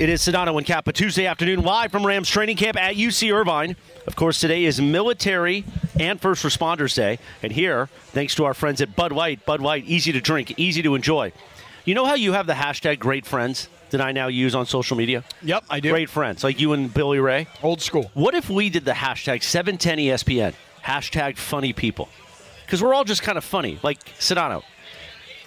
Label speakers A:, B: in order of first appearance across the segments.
A: It is Sedano and Kappa Tuesday afternoon, live from Rams training camp at UC Irvine. Of course, today is Military and First Responders Day. And here, thanks to our friends at Bud Light, Bud Light, easy to drink, easy to enjoy. You know how you have the hashtag great friends that I now use on social media?
B: Yep, I do.
A: Great friends, like you and Billy Ray.
B: Old school.
A: What if we did the hashtag E 710 ESPN, hashtag funny people? Because we're all just kind of funny, like Sedano.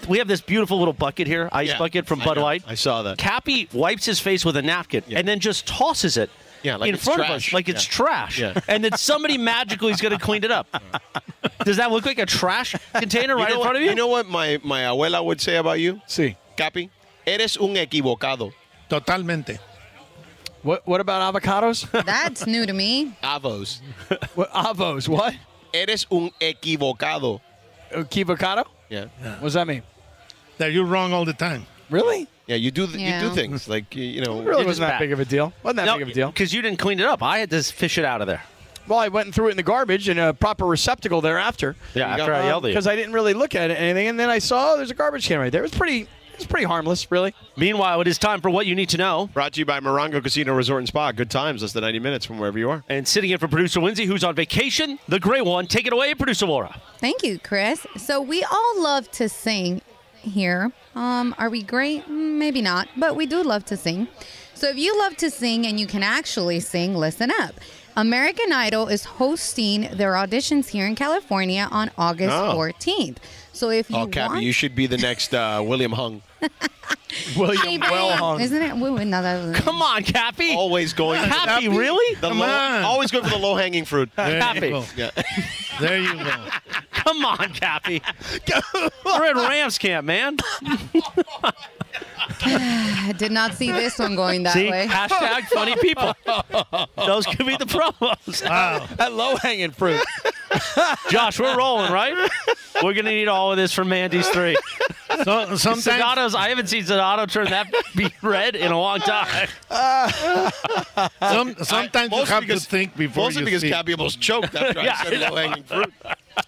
A: We have this beautiful little bucket here, ice
B: Yeah,
A: bucket from
B: I
A: Bud
B: know.
A: Light.
B: I saw that.
A: Cappy wipes his face with a napkin and then just tosses it
B: Yeah, like
A: in
B: it's
A: front of
B: trash.
A: us like it's
B: Yeah.
A: trash.
B: Yeah.
A: And then somebody magically is going to clean it up. Does that look like a trash container right
C: know
A: in front of
C: what-
A: you?
C: know what my, my abuela would say about you?
D: Sí,
C: Capi, eres un equivocado.
D: totalmente.
B: What What about avocados?
E: That's new to me.
C: Avos.
B: what, avos. What?
C: Eres un equivocado.
B: Uh, Kivocado?
C: Yeah.
B: What does that mean?
D: That you're wrong all the time.
B: Really?
C: Yeah, you do th-
E: Yeah.
C: you do things like you, you know.
B: Really
A: It was
B: wasn't that
A: bad.
B: big of a deal. Wasn't that
A: No,
B: big of a deal.
A: Because you didn't clean it up. I had to fish it out of there.
B: Well, I went and threw it in the garbage in a proper receptacle thereafter.
A: Yeah,
C: you go.
A: after I
C: Um,
A: yelled at you.
B: Because Uh, I didn't really look at it anything, and then I saw oh, there's a garbage can right there. It was pretty. It was pretty harmless, really.
A: Meanwhile, it is time for what you need to know.
C: Brought to you by Morongo Casino Resort and Spa. Good times, less than 90 minutes from wherever you are.
A: And sitting in for producer Lindsay, who's on vacation, the gray one. Take it away, producer Laura.
E: Thank you, Chris. So we all love to sing here. Um, are we great? Mm, Maybe not, but we do love to sing. So if you love to sing and you can actually sing, listen up. American Idol is hosting their auditions here in California on August
C: Oh.
E: 14th. So if you
C: Oh, Cappy,
E: want,
C: you should be the next uh, William Hung.
B: William well hung. Oh,
E: isn't it? wait, wait, no, that wasn't it.
A: Come on, Cappy.
C: Always going. for the-
A: Cappy, really?
C: The
D: Come
C: low,
D: on.
C: Always go for the low hanging fruit.
D: There
A: Happy.
D: you go.
C: Yeah.
D: There you go.
A: Come on, Cappy. We're at Rams camp, man.
E: I did not see this one going that
A: See?
E: way.
A: Hashtag funny people. Those could be the promos.
D: Wow.
B: That low hanging fruit.
A: Josh, we're rolling, right? We're going to need all of this from Mandy's three.
D: So, sometimes
A: Zanato's, I haven't seen Zanato turn that be red in a long time.
D: some, sometimes you
C: Mostly
D: have
C: because-
D: to think before
C: Mostly
D: you
C: because
D: speak.
C: Cappy almost choked after
A: Yeah,
C: I said low hanging fruit.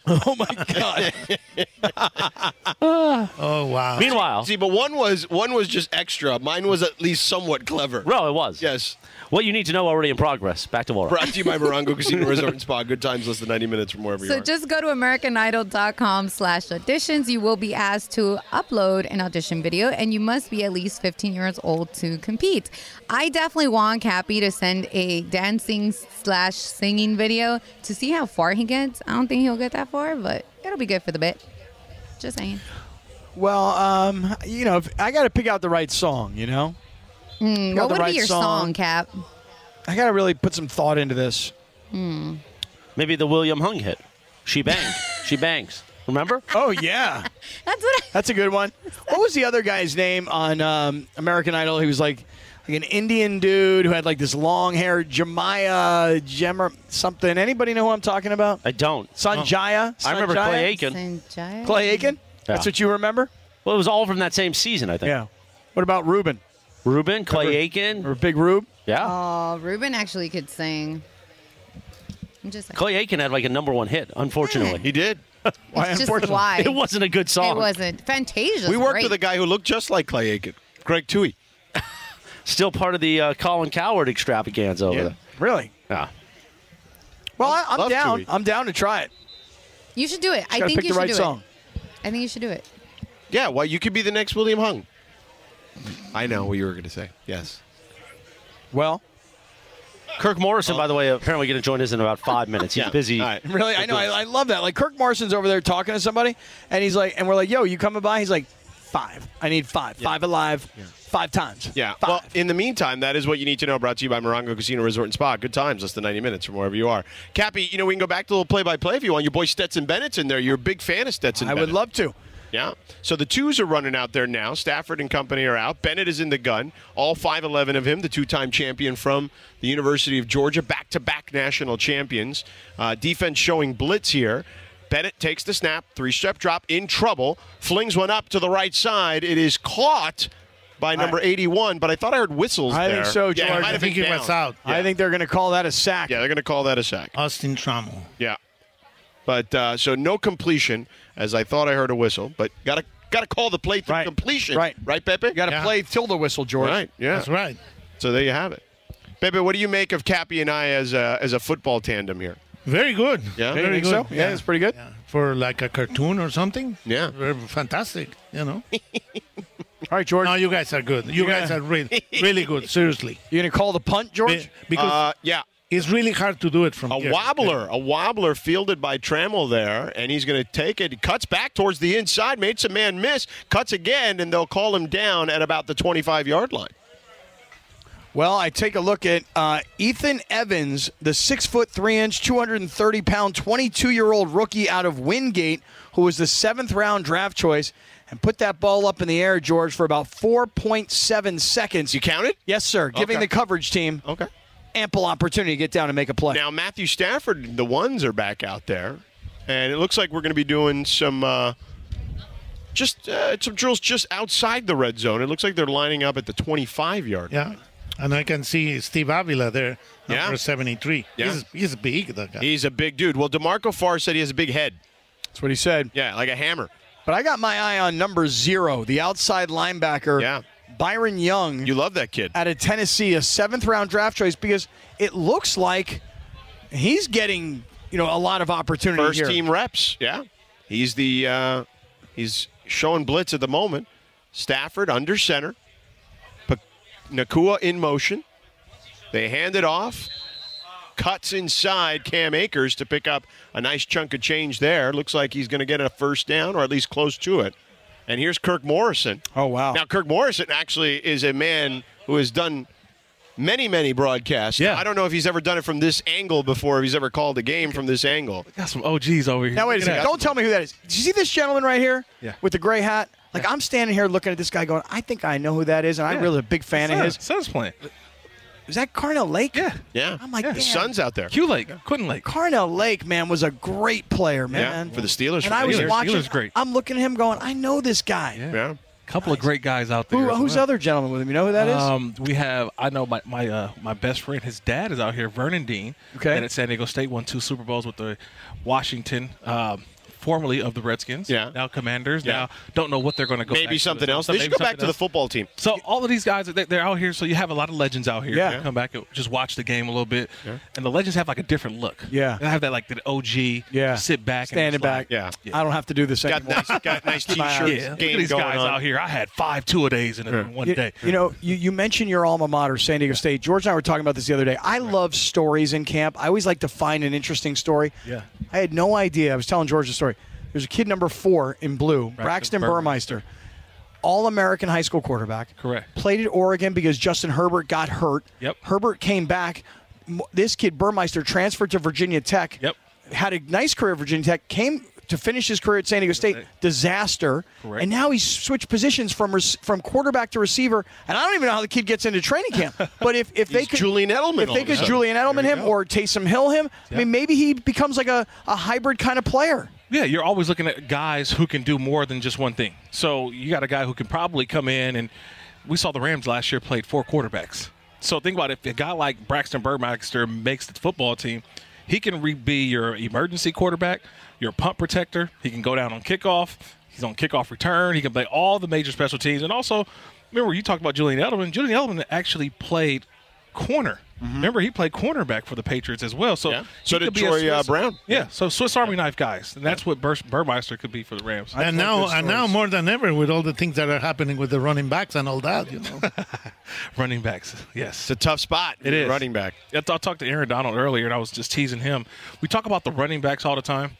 B: oh my god.
D: oh wow.
A: Meanwhile,
C: See, but one was one was just extra. Mine was at least somewhat clever.
A: well, it was.
C: Yes.
A: What you need to know already in progress. Back to Laura.
C: Brought to you by Morongo Casino Resort and Spa. Good times, less than 90 minutes from wherever you
E: So
C: are.
E: just go to AmericanIdol.com slash auditions. You will be asked to upload an audition video and you must be at least 15 years old to compete. I definitely want Cappy to send a dancing slash singing video to see how far he gets. I don't think he'll get that far, but it'll be good for the bit. Just saying.
B: Well, um, you know, if, I got to pick out the right song. You know, Pick out
E: Hmm, What
B: the
E: would
B: right
E: be your song, Cap?
B: I got to really put some thought into this.
A: Maybe the William Hung hit. She banged. she bangs. Remember?
B: Oh yeah.
E: That's what I,
B: That's a good one. What was the other guy's name on um, American Idol? He was like like an Indian dude who had like this long hair, Jemaya Jemmer something. Anybody know who I'm talking about?
A: I don't.
B: Sanjaya.
A: Oh, I remember
B: Sanjaya?
A: Clay Aiken.
E: Sanjay.
B: Clay Aiken. That's
A: Yeah.
B: what you remember.
A: Well, it was all from that same season, I think.
B: What about Ruben
A: Ruben, Clay Aiken.
B: or Big Rube?
A: Yeah.
E: Oh, Ruben actually could sing. I'm just like,
A: Clay Aiken had like a number one hit, unfortunately.
C: he did.
B: Why,
E: it's just
B: unfortunately.
E: why.
A: It wasn't a good song.
E: It wasn't. Fantasia.
C: We worked with a guy who looked just like Clay Aiken, Greg Tui.
A: Still part of the uh, Colin Coward extravaganza over
C: Yeah.
A: there.
B: Really?
A: Yeah.
B: Well, I, I'm
C: Love to
B: down.
C: eat.
B: I'm down to try it.
E: You should do it. I
B: Got to
E: think
B: pick
E: you
B: the
E: should
B: right
E: do
B: song.
E: it. I think you should do it.
C: Yeah, well, you could be the next William Hung. I know what you were going to say. Yes.
B: Well,
A: Kirk Morrison, by the way, apparently going to join us in about five minutes. He's
C: Yeah.
A: busy.
C: All right.
B: really, I know. I, I love that. Like Kirk Morrison's over there talking to somebody, and he's like, and we're like, "Yo, you coming by?" He's like, five. I need five. Five alive. Five times.
C: Yeah.
B: Five.
C: Well, in the meantime, that is what you need to know. Brought to you by Morongo Casino Resort and Spa. Good times, less than 90 minutes from wherever you are. Cappy, you know, we can go back to a little play by play if you want. Your boy Stetson Bennett's in there. You're a big fan of Stetson
B: I
C: Bennett.
B: would love to.
C: Yeah. So the twos are running out there now. Stafford and company are out. Bennett is in the gun. All 5'11 of him, the two time champion from the University of Georgia, back to back national champions. Uh, defense showing blitz here. Bennett takes the snap, three step drop, in trouble, flings one up to the right side. It is caught by number 81, but I thought I heard whistles
B: I think
C: there.
B: so,
C: Yeah, it
B: George.
C: might
B: I
C: have
D: think
C: been
D: he
C: down.
D: was out.
B: I think they're going to call that a sack.
C: Yeah, they're going to call that a sack.
D: Austin Trammell.
C: Yeah. But uh, so no completion, as I thought I heard a whistle, but got to got to call the play through
B: Right.
C: completion.
B: Right.
C: Right, Pepe?
B: You got to
D: Yeah.
B: play till the whistle, George.
C: Right. Yeah.
D: That's right.
C: So there you have it. Pepe, what do you make of Cappy and I as a, as a football tandem here?
D: Very good.
C: Yeah?
D: very
C: You
B: think
D: good.
B: so? Yeah, it's pretty good.
D: Yeah. For like a cartoon or something.
C: Yeah.
D: Very fantastic. You know.
B: All right, George.
D: no, you guys are good. You guys are really, really good. Seriously,
B: You going to call the punt, George?
D: Be- because
C: Uh, yeah.
D: it's really hard to do it from
C: A
D: here.
C: wobbler, a wobbler fielded by Trammell there, and he's going to take it. Cuts back towards the inside, made some man miss, cuts again, and they'll call him down at about the 25 yard line.
B: Well, I take a look at uh, Ethan Evans, the six foot three inch, 230 pound, 22 year old rookie out of Wingate, who was the seventh round draft choice, and put that ball up in the air, George, for about 4.7 seconds.
C: You counted?
B: Yes, sir. Giving
C: Okay.
B: the coverage team
C: Okay.
B: ample opportunity to get down and make a play.
C: Now Matthew Stafford, the ones are back out there, and it looks like we're going to be doing some uh, just uh, some drills just outside the red zone. It looks like they're lining up at the 25 yard.
D: Yeah, and I can see Steve Avila there,
C: Yeah.
D: number seventy-three.
C: Yeah.
D: He's, he's big. That guy.
C: He's a big dude. Well, Demarco Farr said he has a big head.
B: That's what he said.
C: Yeah, like a hammer.
B: But I got my eye on number zero, the outside linebacker,
C: Yeah.
B: Byron Young.
C: You love that kid.
B: out of Tennessee, a seventh round draft choice, because it looks like he's getting you know a lot of opportunity
C: First
B: here.
C: team reps. Yeah, he's the uh, he's showing blitz at the moment. Stafford under center. Pa- Nakua in motion. They hand it off. Cuts inside Cam Akers to pick up a nice chunk of change there. Looks like he's going to get a first down or at least close to it. And here's Kirk Morrison.
B: Oh, wow.
C: Now Kirk Morrison actually is a man who has done many many broadcasts.
F: Yeah.
C: I don't know if he's ever done it from this angle before. If he's ever called a game from this angle.
F: Got some OGs over here.
B: Now wait a second. Don't tell me who that is. Did you see this gentleman right here
F: Yeah.
B: with the gray hat? Like I'm standing here looking at this guy, going, I think I know who that is, and I'm really a big fan of his.
F: Sun's plant.
B: Is that Carnell Lake?
F: Yeah.
C: Yeah.
B: I'm like,
C: the
B: damn.
C: sun's out there.
F: Q Lake, Quinton Lake.
B: Carnell Lake, man, was a great player, man.
C: for the Steelers.
B: And I was
F: Steelers-
B: watching.
F: Steelers great.
B: I'm looking at him, going, I know this guy.
C: Yeah.
F: Couple of great guys out there.
B: Who,
F: as
B: who's
F: well.
B: other gentleman with him? You know who that is?
C: Oh,
F: Um, we have. I know my my uh, my best friend. His dad is out here. Vernon Dean.
B: Okay.
F: And at San Diego State, won two Super Bowls with the Washington. Um, formerly of the Redskins.
C: Yeah.
F: Now Commanders.
C: Yeah.
F: Now don't know what they're going to go. back
C: Maybe
F: to.
C: something else. They
F: Maybe
C: should go back
F: something
C: to the
F: else.
C: football team.
F: So all of these guys, they- they're out here. So you have a lot of legends out here.
B: Yeah.
F: Come back and just watch the game a little bit, and the legends have like a different look.
B: Yeah.
F: They have that like the OG.
B: yeah.
F: Sit back. and
B: standing
F: it's like,
B: back.
C: Yeah.
B: I don't have to do this
C: Got
B: anymore.
C: nice, got nice t-shirts.
F: Yeah. Look
C: game
F: at these
C: going
F: guys
C: on.
F: out here. I had five two a days in, a- in one
B: You,
F: day.
B: you know, you, you mentioned your alma mater, San Diego State. George and I were talking about this the other day. I love stories in camp. I always like to find an interesting story.
F: Yeah.
B: I had no idea. I was telling George the story. There's a kid number four in blue, Braxton, Burmeister.
F: Burmeister.
B: All American high school quarterback.
F: Correct.
B: Played at Oregon because Justin Herbert got hurt.
F: Yep.
B: Herbert came back. M- This kid, Burmeister, transferred to Virginia Tech.
F: Yep.
B: Had a nice career at Virginia Tech. Came to finish his career at San Diego State. Disaster.
F: Correct.
B: And now he's switched positions from rec- from quarterback to receiver. And I don't even know how the kid gets into training camp. But if, if they
C: He's
B: could.
C: Julian Edelman
B: If
C: all
B: they
C: of a
B: could
C: sudden.
B: Julian Edelman him or Taysom Hill him, I mean, maybe he becomes like a, a hybrid kind of player.
F: Yeah, you're always looking at guys who can do more than just one thing. So you got a guy who can probably come in, and we saw the Rams last year played four quarterbacks. So think about it, if a guy like Braxton Burmeister makes the football team, he can re- be your emergency quarterback, your punt protector. He can go down on kickoff. He's on kickoff return. He can play all the major special teams. And also, remember you talked about Julian Edelman. Julian Edelman actually played corner. Remember, he played cornerback for the Patriots as well. So
C: Mm-hmm. Yeah.
F: he
C: So did
F: could be a
C: Troy, uh,
F: Swiss-
C: Brown.
F: yeah, so Swiss Army knife guys, and that's what Bur- Burmeister could be for the Rams.
D: and now, and now more than ever, with all the things that are happening with the running backs and all that, you know.
F: Running backs, yes,
C: It's a tough spot.
F: it is
C: Running back.
F: I, th- I talked to Aaron Donald earlier, and I was just teasing him. We talk about the running backs all the time,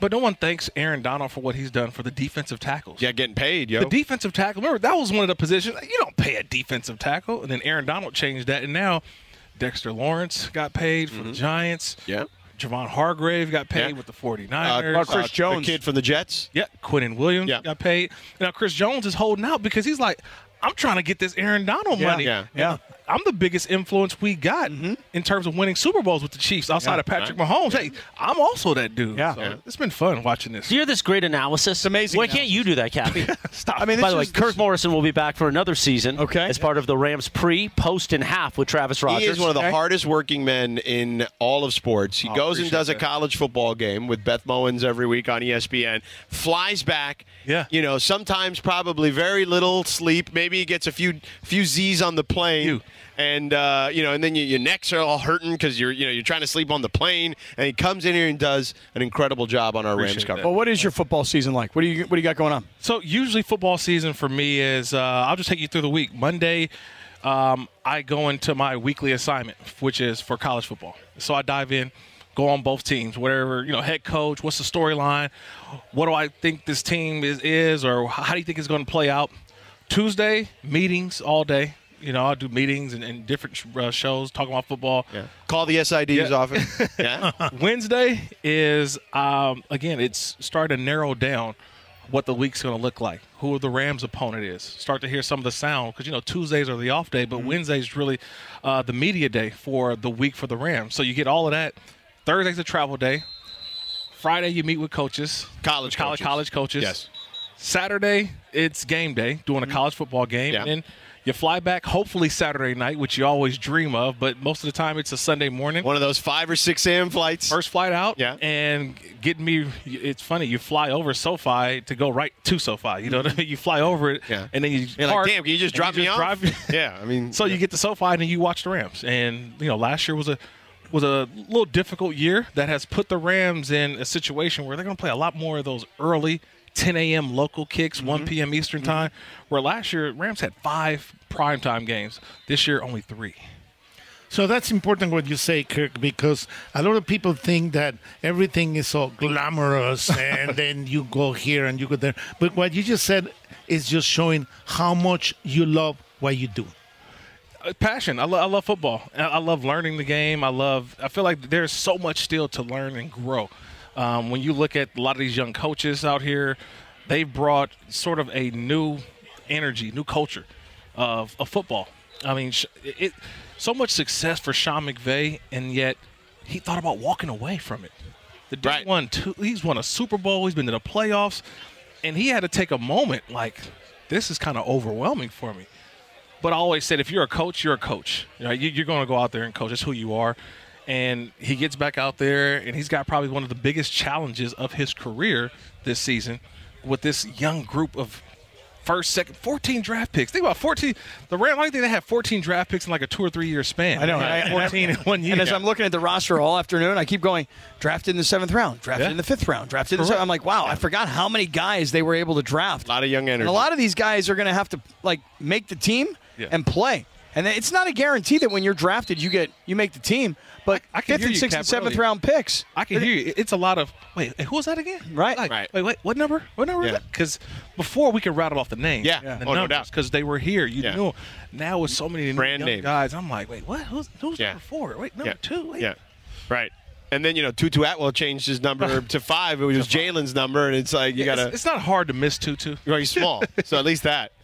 F: but no one thanks Aaron Donald for what he's done for the defensive tackles.
C: Yeah, getting paid, yo.
F: The defensive tackle. Remember that was one of the positions you don't pay a defensive tackle, and then Aaron Donald changed that, and now Dexter Lawrence got paid for the Giants.
C: Mm-hmm. Yeah.
F: Javon Hargrave got paid
C: Yeah.
F: with the
B: Uh,
F: 49ers.
B: uh, Chris Jones.
C: the kid from the Jets.
F: Yeah, Quentin Williams
C: Yeah.
F: got paid. Now Chris Jones is holding out because he's like, I'm trying to get this Aaron Donald money.
C: yeah,
B: yeah.
F: I'm the biggest influence we got
G: Mm-hmm.
F: in terms of winning Super Bowls with the Chiefs outside of Patrick Mahomes. Hey, I'm also that dude.
B: Yeah.
F: So
B: Yeah.
F: it's been fun watching this.
G: Do you hear this great analysis? It's
B: amazing
G: Why can't you do that, Cappy?
F: Stop.
B: I mean,
G: By
B: this
G: the way,
B: is-
G: Kirk Morrison will be back for another season.
B: Okay.
G: As part of the Rams pre, post, and half with Travis Rogers.
C: He is one of the
B: Okay.
C: hardest working men in all of sports. He goes and
F: Oh, appreciate
C: does a
F: that.
C: college football game with Beth Mowens every week on E ESPN. Flies back.
F: Yeah.
C: You know, sometimes probably very little sleep. Maybe he gets a few few Z's on the plane.
F: Phew.
C: And uh, you know, and then your your necks are all hurting because you're you know you're trying to sleep on the plane. And he comes in here and does an incredible job on our Rams
F: Appreciate
C: cover.
F: that.
B: Well, what is your football season like? What do you What do you got going on?
F: So usually football season for me is uh, I'll just take you through the week. Monday, um, I go into my weekly assignment, which is for college football. So I dive in, go on both teams, whatever you know, head coach, what's the storyline, what do I think this team is is, or how do you think it's going to play out? Tuesday meetings all day. You know, I'll do meetings and, and different uh, shows talking about football.
C: Yeah. Call the SID's
F: Yeah.
C: office. Yeah.
F: Wednesday is um, again it's starting to narrow down what the week's going to look like. Who the Rams' opponent is. Start to hear some of the sound because you know Tuesdays are the off day,
C: Mm-hmm.
F: but Wednesday's really uh, the media day for the week for the Rams. So you get all of that. Thursday's a travel day. Friday you meet with coaches,
C: College
F: college
C: coaches.
F: college coaches.
C: Yes. Mm-hmm.
F: Saturday, it's game day, doing a college football game.
C: Yeah.
F: And then you fly back, hopefully Saturday night, which you always dream of, but most of the time it's a Sunday morning
C: One of those five or six AM flights.
F: first flight out
C: Yeah.
F: and getting me it's funny you fly over sofi to go right to sofi you know what I mean? you fly over it
C: Yeah.
F: and then you
C: You're
F: park,
C: like, damn, can you just
F: and
C: drop me off?
F: drive-
C: yeah, I mean,
F: so you get to sofi and then you watch the rams and you know last year was a was a little difficult year that has put the rams in a situation where they're going to play a lot more of those early 10 a.m. local kicks,
C: Mm-hmm.
F: 1 p.m. Eastern time. Where last year Rams had five primetime games. This year only three.
D: So that's important what you say, Kirk, because a lot of people think that everything is so glamorous and then you go here and you go there. But what you just said is just showing how much you love what you do.
F: Uh, passion. I, lo- I love football. I-, I love learning the game. I love. I feel like there's so much still to learn and grow. Um, when you look at a lot of these young coaches out here, they brought sort of a new energy, new culture of, of football. I mean, sh- it, it so much success for Sean McVay, and yet he thought about walking away from it. The dude
C: Right.
F: won two. He's won a Super Bowl. He's been to the playoffs, and he had to take a moment. Like this is kind of overwhelming for me. But I always said, if you're a coach, you're a coach. You know, you, you're going to go out there and coach. That's who you are. And he gets back out there, and he's got probably one of the biggest challenges of his career this season with this young group of first, second, 14 draft picks. Think about 14. The Rams, I think they had 14 draft picks in like a two or three year span.
B: I know.
F: They had
B: I- and I-
F: 14 in one year.
B: And as I'm looking at the roster all afternoon, I keep going drafted in the seventh round, drafted
F: Yeah.
B: in the fifth round, drafted. In the
F: Correct.
B: seventh. I'm like, wow, I forgot how many guys they were able to draft.
C: A lot of young
B: And
C: energy.
B: a lot of these guys are going to have to like make the team
F: Yeah.
B: and play. And it's not a guarantee that when you're drafted, you get you make the team. But
F: I- I can
B: fifth
F: hear
B: and
F: you,
B: sixth and
F: Cap,
B: seventh
F: really.
B: round picks.
F: I can hear you. It's a lot of wait. Who was that again?
B: Right.
F: Like,
C: Right.
F: Wait, wait. What number? What
C: Yeah.
F: number? Because before we could rattle off the names.
C: Yeah.
F: and The
C: Oh, no doubt.
F: Because they were here. You
C: Yeah.
F: knew. 'em. Now with so many new
C: Brand
F: young
C: names.
F: guys, I'm like, wait, what? Who's who's
C: Yeah.
F: number four? Wait, number two. Wait.
C: Yeah. Right. And then you know Tutu Atwell changed his number to five. It was Jalen's number, and it's like you
F: It's-
C: gotta
F: It's, not hard to miss two two.
C: you're already small. so at least that.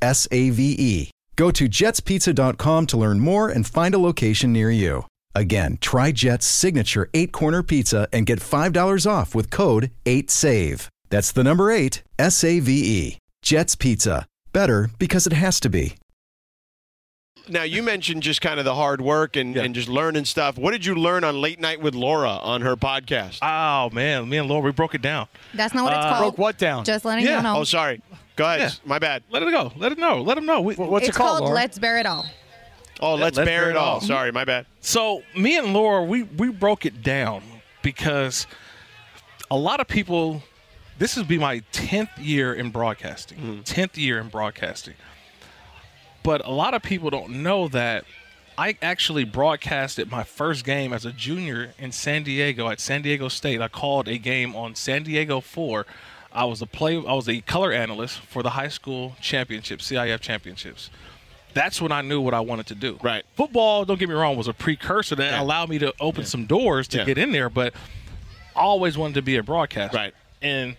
H: S A V E. Go to jetspizza.com to learn more and find a location near you. Again, try Jet's signature eight corner pizza and get $5 off with code 8SAVE. That's the number eight, S A V E. Jet's Pizza. Better because it has to be.
C: Now you mentioned just kind of the hard work and, and just learning stuff. What did you learn on Late Night with Laura on her podcast?
F: Oh man, me and Laura we broke it down.
E: That's not what it's
F: Uh,
E: called.
B: Broke what down?
E: Just letting
F: Yeah.
E: you know.
C: Oh, sorry. Go ahead.
F: Yeah.
C: My bad.
F: Let it go. Let it know. Let them know. We,
B: What's
E: it's
B: it called?
E: called
B: Laura?
E: Let's Bear It All.
C: Oh, let's,
F: let's
C: bear,
F: bear
C: it
F: it
C: all.
F: all.
C: Sorry, my bad.
F: So me and Laura, we we broke it down because a lot of people. This would be my tenth year in
C: Mm-hmm.
F: broadcasting. 10th year in broadcasting. But a lot of people don't know that I actually broadcasted my first game as a junior in San Diego at San Diego State. I called a game on San Diego Four. I was a play. I was a color analyst for the high school championship, CIF championships. That's when I knew what I wanted to do.
C: Right.
F: Football, don't get me wrong, was a precursor that allowed me to open some doors to
C: Yeah.
F: get in there, but I always wanted to be a broadcaster.
C: Right.
F: And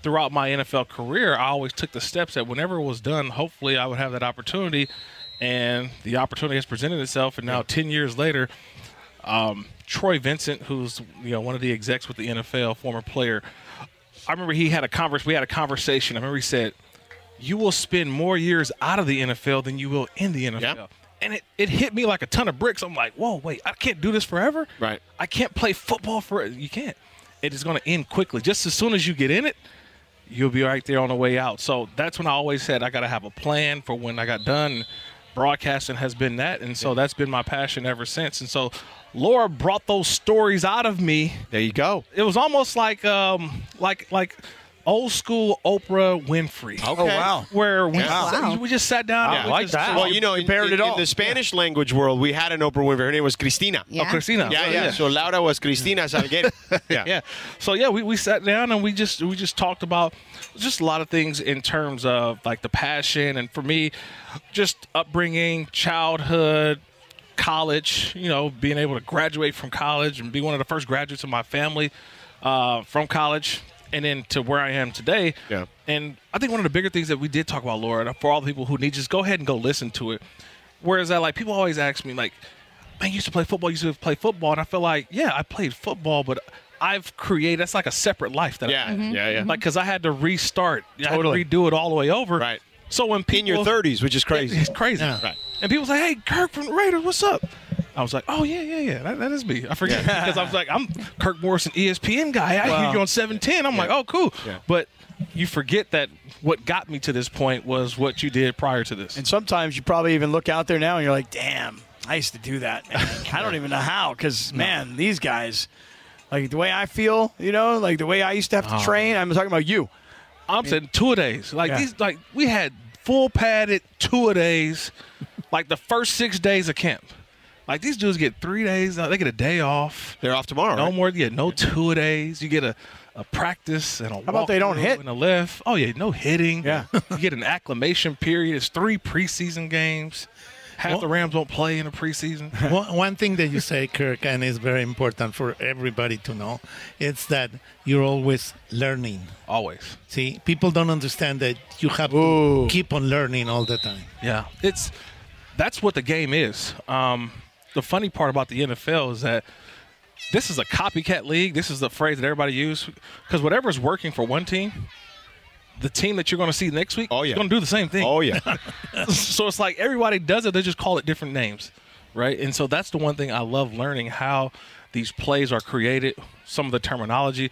F: throughout my NFL career, I always took the steps that whenever it was done, hopefully I would have that opportunity. And the opportunity has presented itself. And now, 10 years later, um, Troy Vincent, who's you know one of the execs with the NFL, former player, I remember he had a converse. We had a conversation. I remember he said, "You will spend more years out of the NFL than you will in the NFL."
C: Yep.
F: And it, it hit me like a ton of bricks. I'm like, "Whoa, wait! I can't do this forever.
C: Right.
F: I can't play football for you can't. It is going to end quickly. Just as soon as you get in it, you'll be right there on the way out. So that's when I always said I got to have a plan for when I got done. Broadcasting has been that, and so that's been my passion ever since. And so Laura brought those stories out of me.
C: There you go.
F: It was almost like um like like old school Oprah Winfrey.
B: Oh, wow.
F: Where we,
C: Yeah.
F: sat-
E: Wow.
F: we just sat down. and we just-
C: Well, you know, in,
B: Compared
C: in-
B: it
C: in
B: all.
C: the Spanish language world, we had an Oprah Winfrey. Her name was Cristina.
E: Yeah.
F: Oh, Christina.
C: Yeah, yeah. So Laura was Cristina Salguero. yeah.
F: yeah. Mm-hmm. So yeah, we, we sat down and we just we just talked about just a lot of things in terms of like the passion and for me, just upbringing, childhood, college. You know, being able to graduate from college and be one of the first graduates of my family uh, from college, and then to where I am today.
C: Yeah.
F: And I think one of the bigger things that we did talk about, Laura, for all the people who need, just go ahead and go listen to it. Whereas that, like, people always ask me, like, man, you used to play football, you used to play football. And I feel like, yeah, I played football, but I've created, that's like a separate life that
C: Yeah,
F: I
C: Mhm. yeah, yeah.
F: Like, because I had to restart, I
C: Totally.
F: had to redo it all the way over.
C: Right.
F: So when people.
C: In your 30s, which is crazy.
F: It's crazy.
C: Right.
F: And people say, "Hey, Kirk from Raiders, what's up?" I was like, "Oh yeah, yeah, yeah, that, that is me." I forget because I was like, "I'm Kirk E Morrison, ESPN guy. I hear you on 710." I'm like, "Oh, cool." But you forget that what got me to this point was what you did prior to this.
B: And sometimes you probably even look out there now and you're like, damn, I used to do that. man. I don't even know how, because, man, these guys, like the way I feel, you know, like the way I used to have
F: Oh,
B: to train. I'm talking about you.
F: I'm saying two a days. Like
B: Yeah.
F: these, like we had full padded two a days, like the first six days of camp. Like these dudes get three days. uh, They get a day off.
C: They're off tomorrow.
F: No
C: right?
F: more, yeah, no two a days. You get a, a practice and a
B: about they don't
F: walkthrough
B: hit?
F: and a lift. Oh yeah, no hitting.
B: Yeah.
F: you get an acclimation period. It's three preseason games. Half the Rams won't play in the preseason.
D: one, one thing that you say, Kirk, and is very important for everybody to know, it's that you're always learning.
F: Always.
D: See, people don't understand that you have to keep on learning all the time.
F: Yeah, it's that's what the game is. Um, the funny part about the NFL is that this is a copycat league. This is the phrase that everybody uses because whatever's working for one team, the team that you're going to see next week,
C: Oh, yeah.
F: is going to do the same thing.
C: Oh, yeah.
F: so it's like everybody does it. They just call it different names, right? And so that's the one thing I love learning how these plays are created, some of the terminology.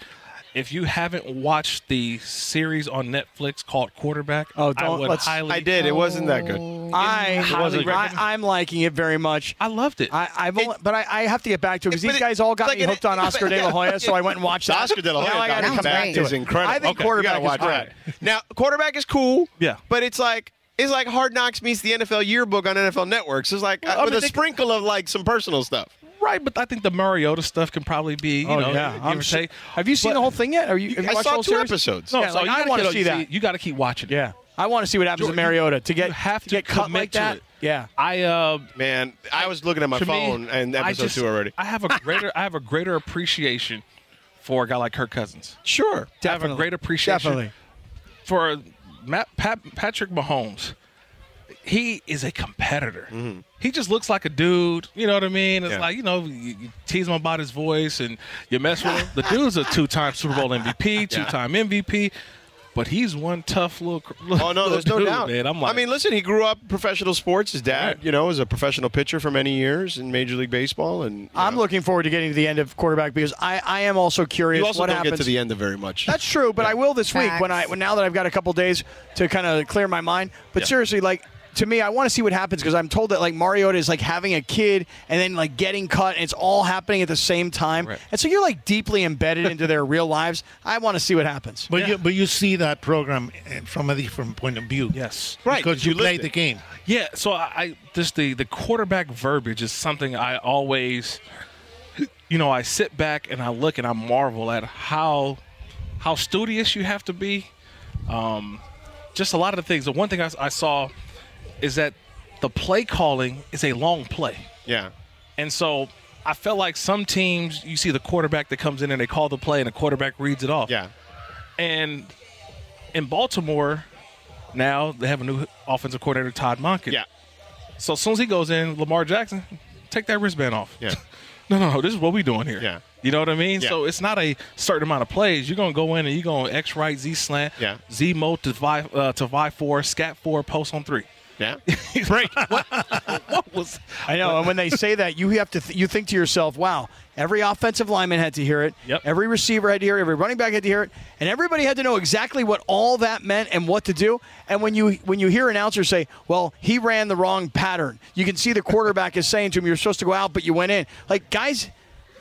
F: If you haven't watched the series on Netflix called Quarterback,
B: Oh,
F: I
B: don't-
F: would
B: let's-
F: highly,
C: I did. It wasn't that
F: Oh.
C: good.
B: I,
F: wasn't good.
B: I, am liking it very much.
F: I loved it.
B: I, I've only, but I, I have to get back to it because
C: But
B: these
C: it-
B: guys all got
C: like
B: me
C: an-
B: hooked on Oscar De La Hoya, so I went and watched that.
C: Oscar De La Hoya
B: Now I got to come
E: documentary
B: back to
E: is
B: it.
C: incredible.
B: I think
C: Okay, you
B: quarterback
C: gotta watch
B: is
C: that. Now, quarterback is cool.
F: Yeah.
C: But it's like it's like Hard Knocks meets the NFL Yearbook on NFL Networks. It's like uh,
F: I
C: with
F: mean,
C: a
F: they-
C: sprinkle of like some personal stuff.
F: Right, but I think the Mariota stuff can probably be, you
B: Oh,
F: know,
B: yeah.
F: give
B: I'm
F: or
B: sure-
F: take.
B: Have you seen
F: But-
B: the whole thing yet? Are you, have you
C: I
B: watched the
C: saw
B: whole
C: two
B: series?
C: episodes.
F: No,
B: Yeah,
F: so
B: like,
F: you
B: I
F: gotta
B: want to
F: keep-
B: see that.
F: You got to keep watching. it.
B: Yeah, I want to see what happens
F: Jordan,
B: to Mariota to get
F: you have to
B: get cut
F: commit
B: like
F: to
B: that.
F: it.
B: Yeah,
F: I uh,
C: Man, I was looking at my
F: to me,
C: phone and
F: I
C: episode
F: just-
C: two already.
F: I have a greater, I have a greater appreciation for a guy like Kirk Cousins.
C: Sure.
F: I have a
B: Definitely.
F: great appreciation
B: Definitely.
F: for Matt, Pat, Patrick Mahomes. he is a competitor. He just looks like a dude. You know what I mean? It's
C: Mm-hmm. Yeah.
F: like you know, you, you tease him about his voice and you mess with him. The dude's a two-time Super Bowl MVP, two-time MVP, but he's one tough little. cr-
C: Oh no,
F: little
C: there's no
F: dude,
C: doubt.
F: Man. I'm like,
C: I mean, listen, he grew up professional sports. His dad, you know, was a professional pitcher for many years in Major League Baseball, and you
B: I'm
C: know,
B: looking forward to getting to the end of quarterback because I, I am also curious
C: you also
B: what
C: don't
B: happens.
C: get to the end of very much.
B: That's true, but I will this week when I
E: Facts.
B: when now that I've got a couple days to kind of clear my mind. But
C: Yeah.
B: seriously, like to me, I want to see what happens because I'm told that like Mariota is like having a kid and then like getting cut, and it's all happening at the same time.
F: Right.
B: And so you're like deeply embedded into their real lives. I want to see what happens.
D: But you but you see that program eh, from a different point of view.
F: Yes.
C: Right,
D: Because
C: 'cause
D: you,
C: you
D: play
C: lived
D: the
C: it.
D: game.
F: Yeah, so I, I just the the quarterback verbiage is something I always, you know, I sit back and I look and I marvel at how how studious you have to be. Um, just a lot of the things. The one thing I, s- I saw is that the play calling is a long play,
C: yeah.
F: and so I felt like some teams you see the quarterback that comes in and they call the play and the quarterback reads it off.
C: Yeah.
F: And in Baltimore, now they have a new offensive coordinator, Todd Monken.
C: Yeah.
F: So as soon as he goes in, Lamar Jackson, take that wristband off.
C: Yeah.
F: no, no, no. This is what we doing here.
C: Yeah.
F: You know what I mean?
C: Yeah.
F: So it's not a certain amount of plays. You're gonna go in and you're gonna X right, Z slant,
C: Yeah.
F: Z mo to vi uh, to vi four, scat four, post on three.
C: Yeah.
F: Break. what, what was?
B: I know, and when they say that, you have to th- you think to yourself, "Wow, every offensive lineman had to hear it,
F: Yep.
B: every receiver had to hear it, every running back had to hear it, and everybody had to know exactly what all that meant and what to do." And when you when you hear announcers say, "Well, he ran the wrong pattern," you can see the quarterback is saying to him, "You're supposed to go out, but you went in." Like guys,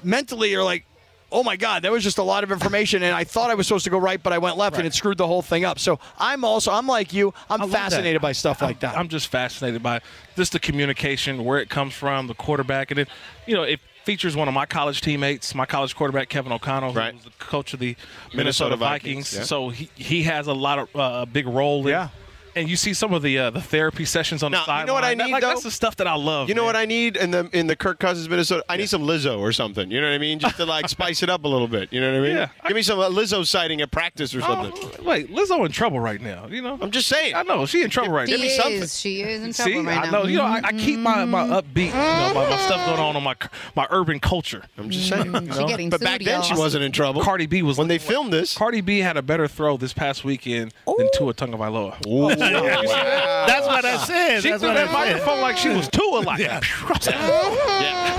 B: mentally are like. Oh my God, that was just a lot of information, and I thought I was supposed to go right, but I went left, and it screwed the whole thing up. So I'm also, I'm like you, I'm
F: I love that.
B: fascinated by stuff like that.
F: I'm just fascinated by just the communication, where it comes from, the quarterback, and then you know it features one of my college teammates, my college quarterback Kevin O'Connell, who
C: Right.
F: was the coach of the Minnesota,
C: Minnesota
F: Vikings.
C: Vikings, yeah.
F: So he he has a lot of uh, a big role. In,
B: Yeah.
F: And you see some of the uh, the therapy sessions on
C: Now,
F: the
C: you
F: sideline.
C: know what I
F: That-
C: need,
F: like, that's
C: though?
F: the stuff that I love.
C: You know
F: man.
C: what I need in the in the Kirk Cousins Minnesota? I need some Lizzo or something. You know what I mean? Just to like spice it up a little bit. You know what I mean?
F: Yeah.
C: Give me some uh, Lizzo sighting at practice or
F: Oh,
C: something.
F: wait, Lizzo in trouble right now. You know,
C: I'm just saying.
F: I know she in trouble right
E: She
F: now.
E: is.
C: something.
E: She is in trouble
F: See,
E: right
F: I
E: now. Mm-hmm.
F: know. You know, I, I keep my, my upbeat, you know, my, my stuff going on in my my urban culture.
C: I'm just saying. you
E: Mm, She
C: know?
E: getting
C: but back
E: sued,
C: then she
E: y'all.
C: wasn't in trouble.
F: Cardi B was
C: when they
F: looking like-
C: filmed this.
F: Cardi B had a better throw this past weekend than Tua Tungavailoa.
C: Ooh.
D: That's what I said.
F: She
D: That's
F: threw
D: what I
F: that
D: said.
F: microphone like she was Tua, like
D: Yeah.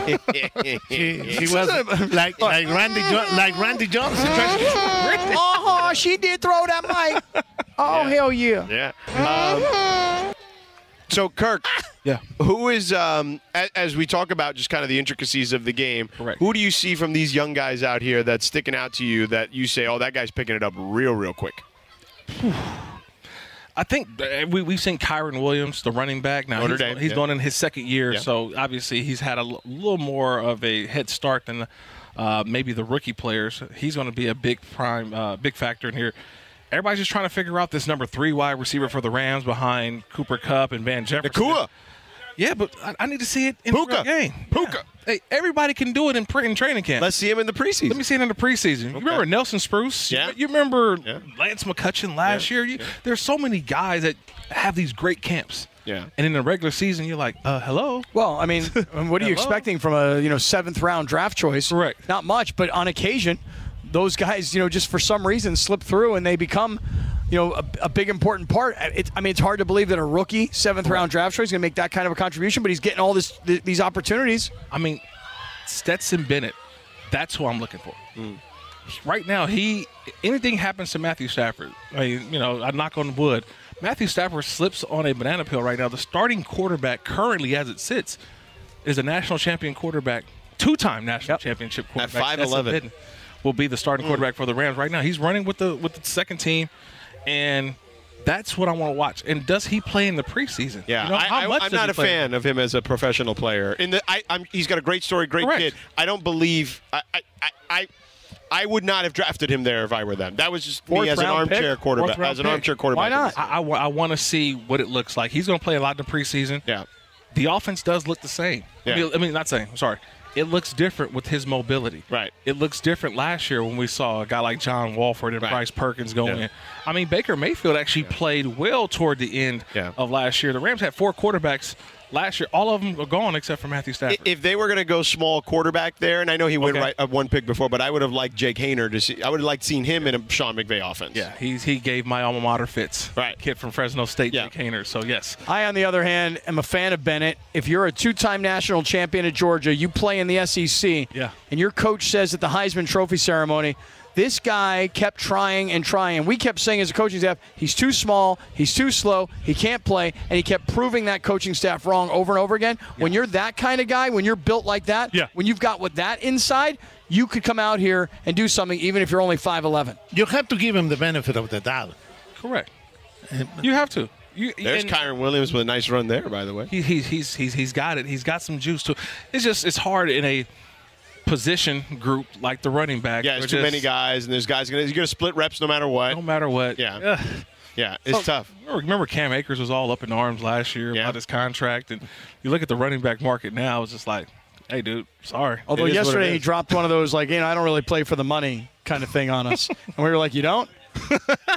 D: She, she
C: Yeah.
D: was like like Randy jo- like Randy Johnson.
B: Uh-huh, she did throw that mic. Oh, hell yeah.
C: Yeah. Um, so Kirk,
F: Yeah.
C: who is um, as, as we talk about just kind of the intricacies of the game?
F: Correct.
C: Who do you see from these young guys out here that's sticking out to you that you say, oh, that guy's picking it up real, real quick?
F: I think uh, we, we've seen Kyron Williams, the running back. Now
C: Notre
F: he's,
C: Dame,
F: he's
C: yeah.
F: going in his second year,
C: Yeah.
F: so obviously he's had a l- little more of a head start than uh, maybe the rookie players. He's going to be a big prime, uh, big factor in here. Everybody's just trying to figure out this number three wide receiver for the Rams behind Cooper Cup and Van Jefferson.
C: Nakua.
F: Yeah, but I, I need to see it in the
C: Puka.
F: real game.
C: Puka.
F: Yeah. Hey, everybody can do it in, pre- in training camp.
C: Let's see him in the preseason.
F: Let me see it in the preseason. You remember Nelson Spruce? You-
C: Yeah.
F: You, remember
C: Yeah.
F: Lance McCutcheon last
C: Yeah.
F: year? You,
C: Yeah.
F: There's so many guys that have these great camps.
C: Yeah.
F: And in the regular season, you're like, uh, hello.
B: Well, I mean, um, what are you expecting from a you know seventh round draft choice?
F: Correct.
B: Not much, but on occasion, those guys you know just for some reason slip through and they become you know a, a big important part. It, I mean, it's hard to believe that a rookie seventh round draft choice is going to make that kind of a contribution, but he's getting all this th- these opportunities.
F: I mean, Stetson Bennett, that's who I'm looking for.
C: Mm.
F: Right now, he anything happens to Matthew Stafford. I mean, you know, I knock on wood. Matthew Stafford slips on a banana peel right now. The starting quarterback currently, as it sits, is a national champion quarterback, two-time national
B: Yep.
F: championship quarterback.
C: 5'11".
F: Stetson Bennett Will be the
C: Mm.
F: starting quarterback for the Rams right now. He's running with the with the second team, and that's what I want to watch. And does he play in the preseason?
C: Yeah,
F: You know,
C: I,
F: how much
C: am
F: does
C: not
F: he
C: a
F: play?
C: fan of him as a professional player. In the, I, I'm, he's got a great story, great
F: Correct.
C: kid. I don't believe I, I, I- I, I would not have drafted him there if I were them. That was just
B: Fourth
C: me as an
B: round pick?
C: armchair quarterback.
F: Fourth round
C: As an
F: pick.
C: armchair quarterback.
B: Why not?
F: I, want to see what it looks like. He's going to play a lot in the preseason.
C: Yeah.
F: The offense does look the same.
C: Yeah.
F: I, mean, I mean, not same. I'm sorry. it looks different with his mobility.
C: Right.
F: It looks different last year when we saw a guy like John Walford and
C: Right.
F: Bryce Perkins go
C: Yeah.
F: in. I mean, Baker Mayfield actually played well toward the end
C: Yeah.
F: of last year. The Rams had four quarterbacks last year. All of them are gone except for Matthew Stafford.
C: If they were going to go small quarterback there, and I know he went
F: Okay.
C: right uh, one pick before, but I would have liked Jake Hayner to see. I would have liked seen him in a Sean McVay offense.
F: yeah, he's, he gave my alma mater fits.
C: Right.
F: Kid from Fresno State,
C: Yeah.
F: Jake Hayner. So, yes.
B: I, on the other hand, am a fan of Bennett. If you're a two-time national champion at Georgia, you play in the SEC,
F: Yeah.
B: and your coach says at the Heisman Trophy ceremony, this guy kept trying and trying. We kept saying as a coaching staff, he's too small, he's too slow, he can't play, and he kept proving that coaching staff wrong over and over again. When you're that kind of guy, when you're built like that,
F: Yeah.
B: when you've got what that inside, you could come out here and do something even if you're only 5'11.
D: You have to give him the benefit of the doubt.
F: Correct. You have to. You,
C: There's
F: and-
C: Kyron Williams with a nice run there, by the way.
F: He, he's he's he's he's got it. He's got some juice too. It's just it's hard in a position group like the running back.
C: Yeah,
F: where
C: there's too
F: just Oh
C: many guys, and there's guys gonna you're gonna split reps no matter what.
F: No matter what.
C: Yeah.
F: Ugh.
C: Yeah,
F: Oh,
C: it's tough.
F: Remember, remember Cam Akers was all up in arms last year
C: Yeah.
F: about his contract, and you look at the running back market now. It's just like, hey, dude, sorry.
B: Although
C: It is what it
B: yesterday he
C: is.
B: dropped one of those like, you know, I don't really play for the money kind of thing on us, and we were like, you don't.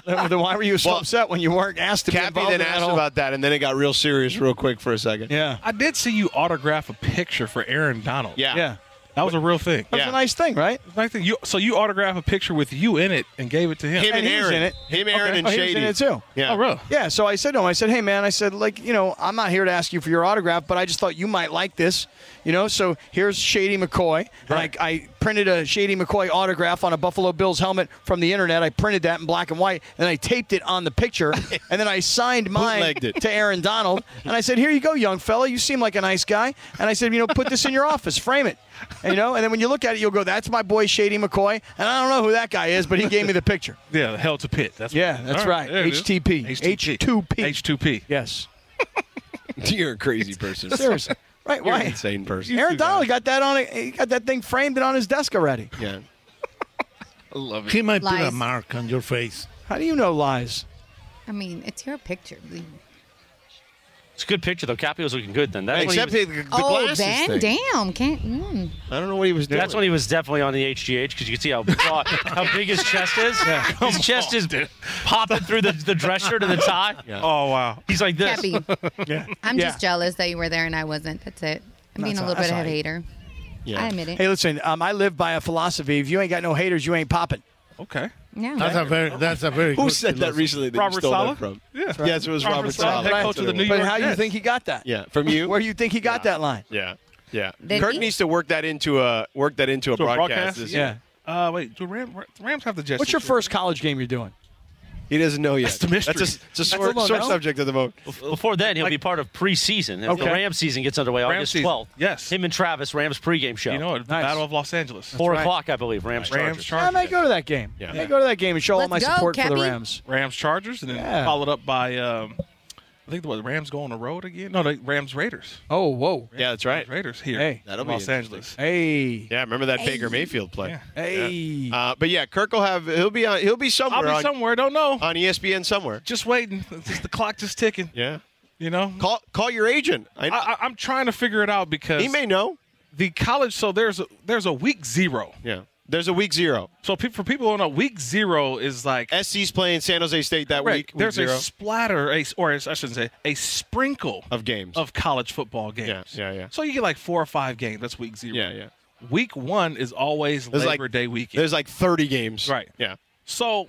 B: then why were you so
C: Well,
B: upset when you weren't asked to be
C: Cappy
B: involved
C: then
B: in that
C: asked
B: whole-
C: about that, and then it got real serious real quick for a second.
B: Yeah,
F: I did see you autograph a picture for Aaron Donald.
C: Yeah.
B: yeah.
F: that was a real thing.
B: That's a nice thing, right?
F: Like you, so you autograph a picture with you in it and gave it to him.
C: Him and,
B: And he was
C: Aaron.
B: in it.
C: Him, Aaron,
B: Okay.
C: and
B: Oh, he
C: Shady.
B: was in it too.
C: Yeah.
F: Oh, really?
B: Yeah. So I said to him, I said, hey man, I said like, you know, I'm not here to ask you for your autograph, but I just thought you might like this, you know. So here's Shady McCoy. Like I printed a Shady McCoy autograph on a Buffalo Bills helmet from the internet. I printed that in black and white, and I taped it on the picture, and then I signed mine
C: Bootlegged it.
B: to Aaron Donald, and I said, here you go, young fella. You seem like a nice guy. And I said, you know, put this in your office, frame it. And, you know, and then when you look at it, you'll go, "That's my boy Shady McCoy," and I don't know who that guy is, but he gave me the picture.
F: Yeah, hell to pit. That's
B: Yeah, that's
F: All
B: right.
F: there it is.
B: HTP. H2P.
F: H2P.
B: Yes.
C: You're a crazy person.
B: Seriously. Right.
C: You're
B: Why?
C: an insane person.
B: Aaron Donald got that on. it. He got that thing framed and on his desk already.
C: Yeah.
D: He might put a
E: Lies.
D: mark on your face.
B: How do you know lies?
E: I mean, it's your picture. believe me.
G: It's a good picture though. Cappy was looking good then. That's when he
C: Except
G: was,
C: the, the
E: oh,
C: glasses
E: Van
C: thing.
E: Dam can't. Mm.
C: I don't know what he was doing.
G: that's when he was definitely on the HGH because you can see how broad, how big his chest is. His chest is popping through the, the dress shirt and the tie.
F: Oh wow.
G: He's like this.
E: Cappy, I'm just jealous that you were there and I wasn't. That's it. I'm being
B: That's
E: a
B: all-
E: little
B: that's
E: bit of
B: all
E: a
B: right.
E: hater.
C: Yeah.
E: I admit it.
B: Hey, listen. Um, I live by a philosophy. If you ain't got no haters, you ain't popping.
F: Okay.
E: yeah.
D: That's a very. That's a very.
C: Who
D: good
C: said that
D: philosophy.
C: recently? That you
F: Robert
C: stole
F: Saleh?
C: that from?
F: Yeah.
C: Yes, it was
F: Robert
C: Robert,
F: Saleh,
C: Saleh.
F: head coach of the New
B: But
F: York
B: how do you
F: Jets.
B: think he got that?
C: Yeah, from you.
B: Where do you think he got that line?
C: Yeah, yeah.
E: Did
C: Kirk
E: he?
C: needs to work that into a work that into a
F: To a
C: broadcast.
F: broadcast?
C: this
B: Yeah.
C: year.
F: Uh, wait. Do Rams, Rams have the Jets?
B: What's your
F: this year?
B: first college game you're doing?
C: he doesn't know yet.
F: That's the mystery.
C: That's a, it's a
B: That's
C: sore,
B: a low
C: sore
B: no.
C: subject at the moment.
G: Before then, he'll be part of preseason. If
B: Okay.
G: the Rams season gets underway
F: Rams
G: August
F: season,
G: 12th.
F: yes.
G: Him and Travis, Rams pregame show.
F: You know, it, the
B: Nice.
F: Battle of Los Angeles.
G: Four
B: right.
G: o'clock, I believe. Rams, Chargers.
F: Rams,
B: I
F: Chargers.
B: may go to that game.
C: Yeah.
B: I may go to that game and show all
E: Let's
B: my
E: go,
B: support for the
E: Cappy.
B: Rams.
F: Rams, Chargers, and then
B: Yeah.
F: followed up by um, I think the what, Rams go on the road again. No, the Rams Raiders.
B: Oh, whoa.
C: Yeah, that's right.
F: Raiders here.
B: Hey.
C: That'll
F: in
C: be
F: Los
C: interesting.
F: Angeles.
B: Hey.
C: Yeah, remember that Baker Mayfield play.
B: Hey.
C: Uh, but yeah, Kirk will have he'll be on he'll be
F: I'll
C: somewhere,
F: be
C: on,
F: somewhere. Don't know.
C: on E ESPN somewhere.
F: just waiting. It's just the clock just ticking.
C: Yeah,
F: You know.
C: call call your agent. I,
F: I, I, I'm trying to figure it out because
C: he may know.
F: the college. So there's a, there's a week zero.
C: Yeah, there's a week zero.
F: So pe- for people who don't know, week zero is like
C: SC's playing San Jose State that
F: Correct.
C: week. week
F: There's
C: zero.
F: a splatter, a, or as I shouldn't say, a sprinkle
C: Of games.
F: of college football games.
C: Yeah, yeah, yeah.
F: So you get like four or five games. That's week zero.
C: Yeah, yeah.
F: Week one is always
C: There's
F: Labor
C: like-
F: Day weekend.
C: There's like 30 games.
F: Right.
C: Yeah.
F: so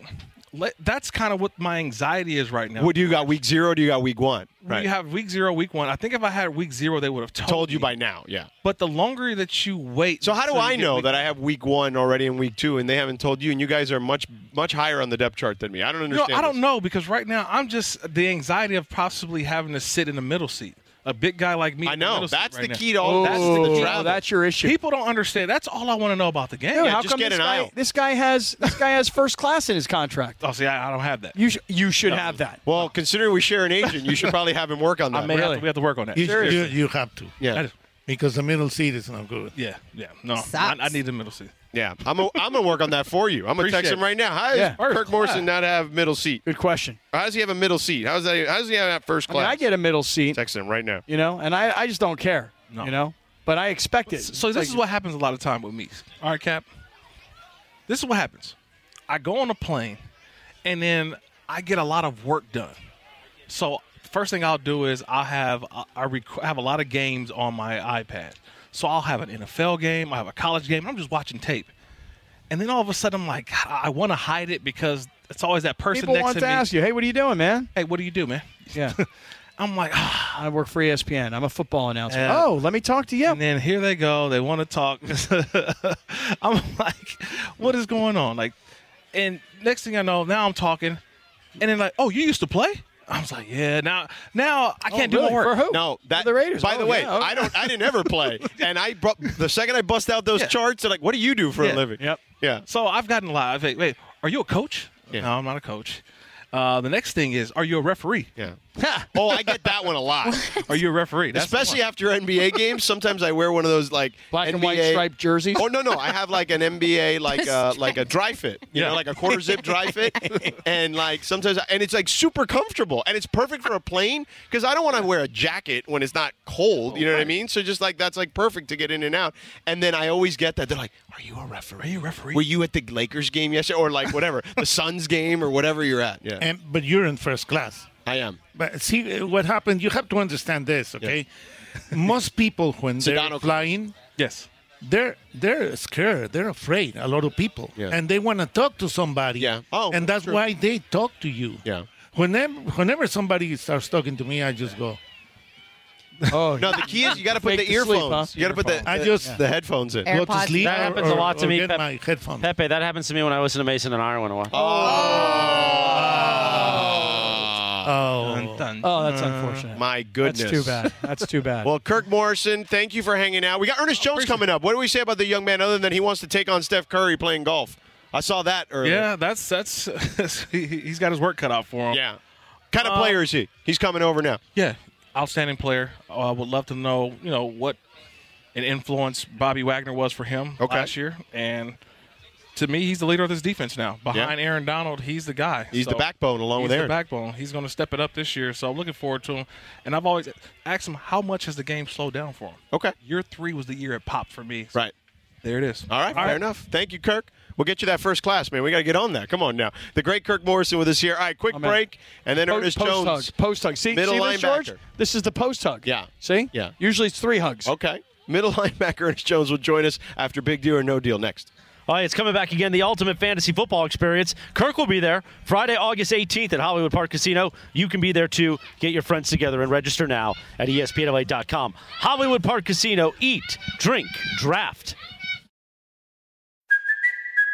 F: le- that's kind of what my anxiety is right now.
C: What do you got? Week zero? Or do you got week one? Right.
F: You have week zero, week one. I think if I had week zero, they would have told,
C: Told you
F: me.
C: by now. Yeah.
F: But the longer that you wait,
C: So how do
F: you
C: I
F: get
C: know
F: week-
C: that I have week one already and week two, and they haven't told you? And you guys are much much higher on the depth chart than me. I don't
F: You know,
C: understand.
F: I don't
C: this.
F: know because right now I'm just the anxiety of possibly having to sit in the middle seat. A big guy like me.
C: I
F: in the
C: know
F: middle seat
C: that's
F: right
C: the
F: now.
C: key to all. that's the key.
B: Oh, that's your issue.
F: People don't understand. That's all I want to know about the game.
B: Dude,
C: Yeah,
B: how
C: just
B: come
C: get
B: this
C: an
B: guy,
C: aisle.
B: this guy has this guy has first class in his contract?
F: oh, see, I, I don't have that.
B: You sh- you should have that.
C: Well, considering we share an agent, you should probably have him work on that.
F: I may have
B: Really?
F: to, we have to work on that.
D: You, you, you have to.
C: Yeah.
F: I just-
D: Because the middle seat is not good.
F: yeah, yeah. No, I,
E: Sucks.
F: I need the middle seat.
C: yeah, I'm a, I'm gonna work on that for you. I'm gonna text
F: Appreciate
C: him right now. How does
B: Yeah.
C: Kirk Morrison not have middle seat?
B: Good question.
C: How does he have a middle seat? How does that? How does he have that first
B: I mean,
C: class?
B: I get a middle seat,
C: text him right now.
B: you know, and I, I just don't care,
F: No.
B: you know. but I expect it.
F: So this is what happens a lot of time with me. All right, Cap. This is what happens. I go on a plane, and then I get a lot of work done. So first thing I'll do is I'll have I- I rec- have a lot of games on my iPad. So I'll have an NFL game, I have a college game, and I'm just watching tape. And then all of a sudden, I'm like, God, I, want to hide it because it's always that person
B: people
F: next
B: want
F: to,
B: to
F: me.
B: ask you, "Hey, what are you doing, man?"
F: Hey, what do you do, man?
B: Yeah,
F: I'm like, ah.
B: I work for E ESPN. I'm a football announcer.
F: Yeah.
B: Oh, let me talk to you.
F: And then here they go. They want to talk. I'm like, what is going on? Like, and next thing I know, now I'm talking, and then like, oh, you used to play? I was like, yeah. Now, now I can't do
B: Oh, really?
F: my work.
B: For who?
C: No, that
B: the Raiders.
C: By the
B: Oh,
C: way,
B: yeah, okay.
C: I don't. I didn't ever play, and I brought, the second I bust out those charts, they're like, "What do you do for a
F: Yeah.
C: living?"
B: Yep.
C: Yeah.
F: So I've gotten a lot. I've, wait, wait, are you a coach? No, I'm not a coach. Uh, the next thing is, are you a referee?
C: Yeah. oh, I get that one a lot.
F: Are you a referee? That's the one.
C: Especially after NBA games, sometimes I wear one of those like
B: Black and
C: NBA
B: white striped jerseys?
C: Oh no, no, I have like an NBA like uh, like a dry fit, you know, like a quarter zip dry fit, and like sometimes I- and it's like super comfortable and it's perfect for a plane because I don't want to wear a jacket when it's not cold, you know what I mean? So just like that's like perfect to get in and out. And then I always get that they're like, "Are you a referee?
F: Are you a referee?
C: Were you at the Lakers game yesterday, or like whatever the Suns game or whatever you're at?" Yeah,
D: And, but you're in first class.
C: I am.
D: But see uh, what happened. You have to understand this, okay? Most people when they're
C: Sedano-
D: flying,
F: yes.
D: they're they're scared. They're afraid. A lot of people,
C: Yeah.
D: and they want to talk to somebody.
C: Yeah. Oh,
D: and that's
C: sure.
D: why they talk to you.
C: Yeah.
D: Whenever whenever somebody starts talking to me, I just go.
B: Oh,
C: No, the key is you got to put
B: Fake
C: the
B: to sleep,
C: earphones.
B: huh?
C: You got to put the,
D: I
C: the-
D: just-
C: the headphones in.
D: Go to
E: AirPods.
D: sleep.
E: That
D: or-
G: happens a
D: or-
G: lot to
D: or
G: me,
D: Get
G: Pep.
D: my headphones.
G: Pepe, that happens to me when I listen to Mason and Iron.
F: Uh,
G: When I
D: Oh,
F: Done.
B: oh, that's unfortunate.
C: My
B: that's
C: goodness.
B: too bad. That's too bad.
C: Well, Kirk Morrison, thank you for hanging out. We got Ernest Jones coming up. What do we say about the young man other than he wants to take on Steph Curry playing golf? I saw that earlier.
F: Yeah, that's that's he- he's got his work cut out for him.
C: Yeah. Kind
B: Um,
C: of player is he? He's coming over now.
F: Yeah, outstanding player. Uh, I would love to know, you know, what an influence Bobby Wagner was for him
C: Okay.
F: last year. And to me, he's the leader of this defense now. Behind Aaron Donald, he's the guy.
C: He's the backbone along
F: he's
C: with
F: the
C: Aaron.
F: backbone. He's going to step it up this year. So I'm looking forward to him. And I've always asked him how much has the game slowed down for him.
C: Okay.
F: year three was the year it popped for me. So
C: Right.
F: there it is.
C: All right, fair enough. Thank you, Kirk. We'll get you that first class, man. We got to get on that. Come on now. The great Kirk Morrison with us here. All right, quick
B: I'm in.
C: break, and then
B: Po-
C: Ernest
B: post
C: Jones.
B: hug. Post hug. See,
C: middle
B: see this,
C: linebacker.
B: George? This is the post hug.
C: Yeah.
B: See?
C: Yeah.
B: Usually it's three hugs.
C: Okay. Middle linebacker Ernest Jones will join us after Big Deal or No Deal next.
G: All right, it's coming back again. The Ultimate Fantasy Football Experience. Kirk will be there Friday, August 18th at Hollywood Park Casino. You can be there too. Get your friends together and register now at E ESPNLA.com. Hollywood Park Casino. Eat, drink, draft.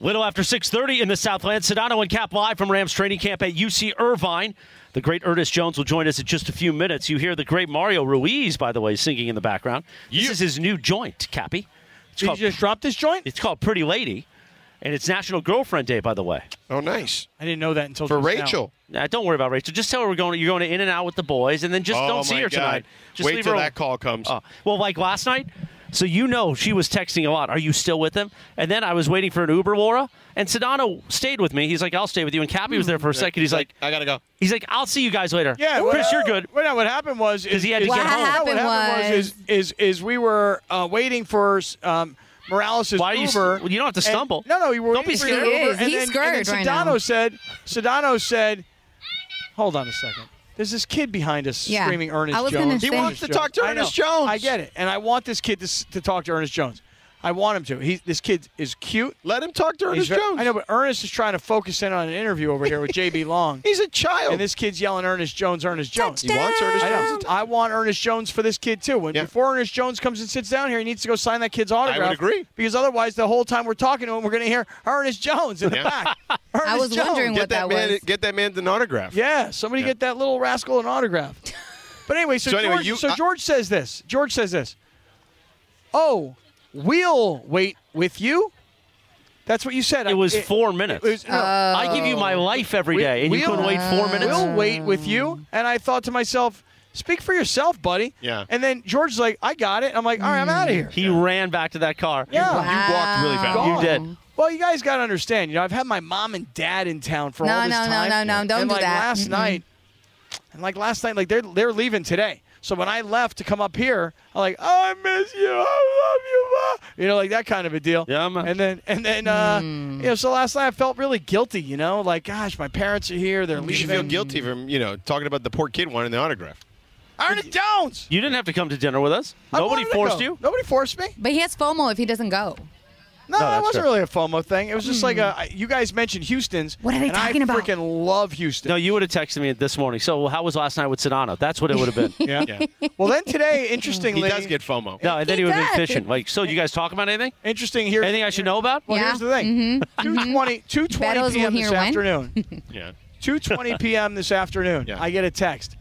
G: Little after 6:30 in the Southland, Sedano and Cap live from Rams training camp at UC Irvine. The great Ernest Jones will join us in just a few minutes. You hear the great Mario Ruiz, by the way, singing in the background. This is his new joint, Cappy. It's
B: Did you
G: called,
B: just drop this joint?
G: it's called Pretty Lady, and it's National Girlfriend Day, by the way.
C: Oh, nice.
B: I didn't know that until
C: For
B: just now.
C: Rachel.
G: Nah, don't worry about Rachel. Just tell her we're going. You're going to In and Out with the boys, and then just
C: Oh,
G: don't see
C: my
G: her
C: God.
G: tonight. Just
C: Wait
G: leave
C: till
G: her
C: that call comes.
G: Oh, well, like last night. So you know she was texting a lot. Are you still with him? And then I was waiting for an Uber, Laura, and Sedano stayed with me. He's like, "I'll stay with you." And Cappy was there
B: Hmm.
G: for a second. He's like,
C: I got to go.
G: "He's like, I'll see you guys later."
B: Yeah, what-
G: Chris, you're good.
B: Well, no, what happened was is
G: he had to
B: is-
G: get What home.
B: What
E: happened
B: happened was,
E: was-
B: is, is is we were uh, waiting for um, Morales'
G: Why are you s-
B: Uber.
G: well, you don't have to
B: and-
G: stumble.
B: no, no, we were
G: Don't be
B: waiting for
G: scared.
B: Uber,
E: He is.
B: and
E: He's
B: then, and then
E: scared right
B: Sedano
E: now.
B: said, Sedano said, "Hold on a second. There's this kid behind us
E: Yeah.
B: screaming Ernest
E: I was gonna
B: Jones.
E: He say- wants
C: to talk to
B: I know.
C: Ernest Jones.
B: I get it, and I want this kid to, s- to talk to Ernest Jones. I want him to. He, this kid is cute.
C: Let him talk to
B: He's
C: Ernest
B: very-
C: Jones.
B: I know, but Ernest is trying to focus in on an interview over here with JB Long.
C: He's a child.
B: And this kid's yelling Ernest Jones, Ernest Jones.
C: He wants Ernest
B: I, know.
C: Jones.
B: I want Ernest Jones for this kid too. When
C: Yeah.
B: before Ernest Jones comes and sits down here, he needs to go sign that kid's autograph.
C: agree.
B: because otherwise, the whole time we're talking to him, we're going to hear Ernest Jones in
C: Yeah.
B: the back. Ernest
E: was
B: Jones.
E: wondering
C: Get
E: what
C: that,
E: that
C: man.
E: was.
C: Get that man an autograph.
B: Yeah, somebody get that little rascal an autograph. But anyway, so,
C: So anyway,
B: George,
C: you- uh,
B: so
C: I-
B: George says this. George says this. Oh, we'll wait with you. That's what you said.
G: It was four minutes.
B: uh,
G: I give you my life every day, and you couldn't wait four minutes?
B: We'll wait with you. And I thought to myself, speak for yourself, buddy.
C: Yeah.
B: And then George's like, I got it. I'm like, all right, I'm out of here.
G: Mm. He ran back to that car.
B: Yeah.
C: You walked really fast.
B: Gone.
G: You did.
B: Well, you guys got to understand. You know, I've had my mom and dad in town for
E: No,
B: all this
E: no, no,
B: time.
E: no, no, don't
B: and
E: do
B: like
E: that.
B: Last
E: Mm-mm.
B: night, and like last night, like they're they're leaving today. So when I left to come up here, I'm like, oh, I miss you, I love you, Ma. you know, like that kind of a deal.
G: Yeah, I'm-
B: And then and then uh,
E: Hmm.
B: you know, so last night I felt really guilty. You know, like gosh, my parents are here. They're
C: You should
B: leaving.
C: feel guilty from you know talking about the poor kid wanting the autograph.
B: Iron it Downs.
G: You didn't have to come to dinner with us.
B: I
G: Nobody
B: wanted to
G: forced
B: go.
G: you.
B: Nobody forced me.
E: But he has FOMO if he doesn't go.
B: No,
G: No,
B: that
G: that's
B: wasn't
G: fair.
B: really a FOMO thing. It was just like a, you guys mentioned Houston's.
E: Hmm. What are they
B: and I
E: talking about?
B: freaking love Houston.
G: No, you would have texted me this morning. So how was last night with Sedano? That's what it would have been.
B: Yeah. Well, then today,
C: He
B: interestingly,
C: does get FOMO.
G: No, and then
E: He
G: he would have been
E: does.
G: fishing. Like, so you guys talking about anything?
B: interesting here.
G: Anything I should know about?
B: Well,
E: Yeah. Mm-hmm.
B: here's the thing. 220, 220
E: Betos
B: p.m.
E: will
B: this
E: hear when.
B: afternoon.
C: Yeah.
B: 2:20 p.m. this afternoon.
C: Yeah.
B: I get a text.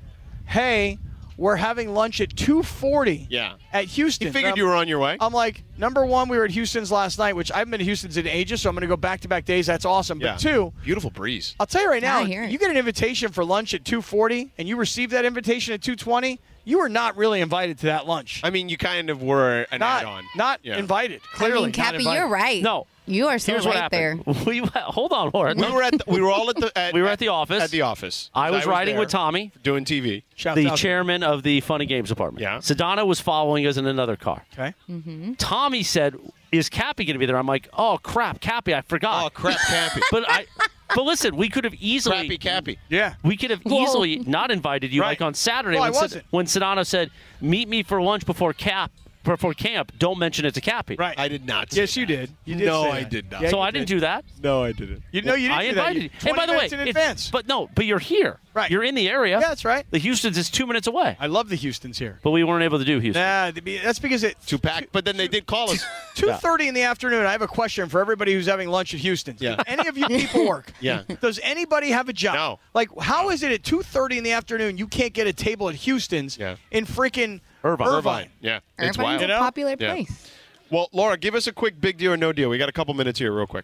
B: Hey, we're having lunch at 2:40.
C: Yeah.
B: At Houston.
C: He figured
B: I'm-
C: you were on your way.
B: I'm like, number one, we were at Houston's last night, which I haven't been to Houston's in ages, so I'm going to go back to back days. That's awesome.
C: yeah.
B: But two, uh,
C: Beautiful breeze.
B: I'll tell you right
E: Yeah,
B: now,
E: I hear it.
B: you get an invitation for lunch at 2:40, and you receive that invitation at 2:20. You were not really invited to that lunch.
C: I mean, you kind of were an
B: not
C: add-on.
B: not
C: Yeah.
B: invited. Clearly,
E: Mm-hmm. I mean,
B: not
E: Cappy,
B: invited.
E: you're right.
G: No.
E: You are so
G: Here's
E: right
G: what
E: there.
G: happened. We hold on, Warren.
C: We were at the, we were all at the at,
G: We were at the office.
C: at the office.
G: I was riding
C: there
G: with Tommy,
C: doing TV.
B: Shouts
G: the
B: out to-
G: chairman of the Fun and Games department.
C: Yeah.
G: Sedano was following us in another car.
B: Okay.
G: Tommy said, "Is Cappy going to be there?" I'm like, "Oh crap, Cappy, I forgot."
C: Oh crap, Cappy.
G: But I, but listen, we could have easily
C: Crappy Cappy.
B: Yeah.
G: We could have
E: Whoa.
G: easily not invited you,
C: Right.
G: like on Saturday
B: Well, I
G: when, Sed-
B: wasn't.
G: when Sedano said, "Meet me for lunch before cap before camp. Don't mention it to Cappy."
B: Right.
C: I did not. say
B: Yes, you
C: that.
B: did. You did.
C: No,
B: say
C: I
B: that.
C: did not.
B: Yeah,
G: so
B: you
G: I didn't do that.
C: No, I didn't.
B: You know, you didn't
G: I
B: do that.
G: invited
B: You-
G: you. And
B: 20
G: by the way,
B: minutes in
G: if-
B: advance.
G: but no, but you're here.
B: Right.
G: You're in the area.
B: Yeah, that's right.
G: The Houston's is two minutes away.
B: I love the Houston's here.
G: But we weren't able to do Houston.
B: Nah, th- be- that's because it
C: Two pack. But then they did call us.
B: two thirty in the afternoon. I have a question for everybody who's having lunch at Houston's.
C: Yeah.
B: Do any of you people work?
C: Yeah.
B: Does anybody have a job?
C: No.
B: Like, how is it at two thirty in the afternoon you can't get a table at Houston's?
C: Yeah.
B: In freaking
G: Irvine.
B: Irvine.
C: Yeah. It's
E: Irvine's
C: wild.
E: a
B: know?
E: popular
C: Yeah.
E: place.
C: Well, Laura, give us a quick big deal or no deal. We got a couple minutes here, real quick.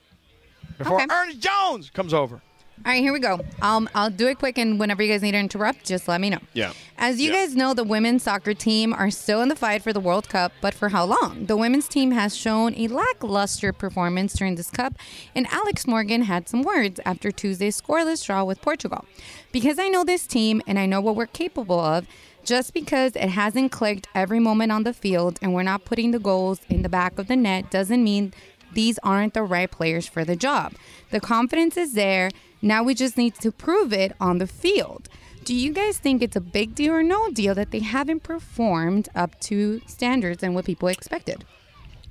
B: Before
E: Okay.
B: Ernest Jones comes over.
E: All right, here we go. Um, I'll do it quick, and whenever you guys need to interrupt, just let me know.
C: Yeah.
E: As you
C: Yeah.
E: guys know, the women's soccer team are still in the fight for the World Cup, but for how long? The women's team has shown a lackluster performance during this cup, and Alex Morgan had some words after Tuesday's scoreless draw with Portugal. Because I know this team and I know what we're capable of, just because it hasn't clicked every moment on the field and we're not putting the goals in the back of the net doesn't mean these aren't the right players for the job. The confidence is there. Now we just need to prove it on the field. Do you guys think it's a big deal or no deal that they haven't performed up to standards and what people expected?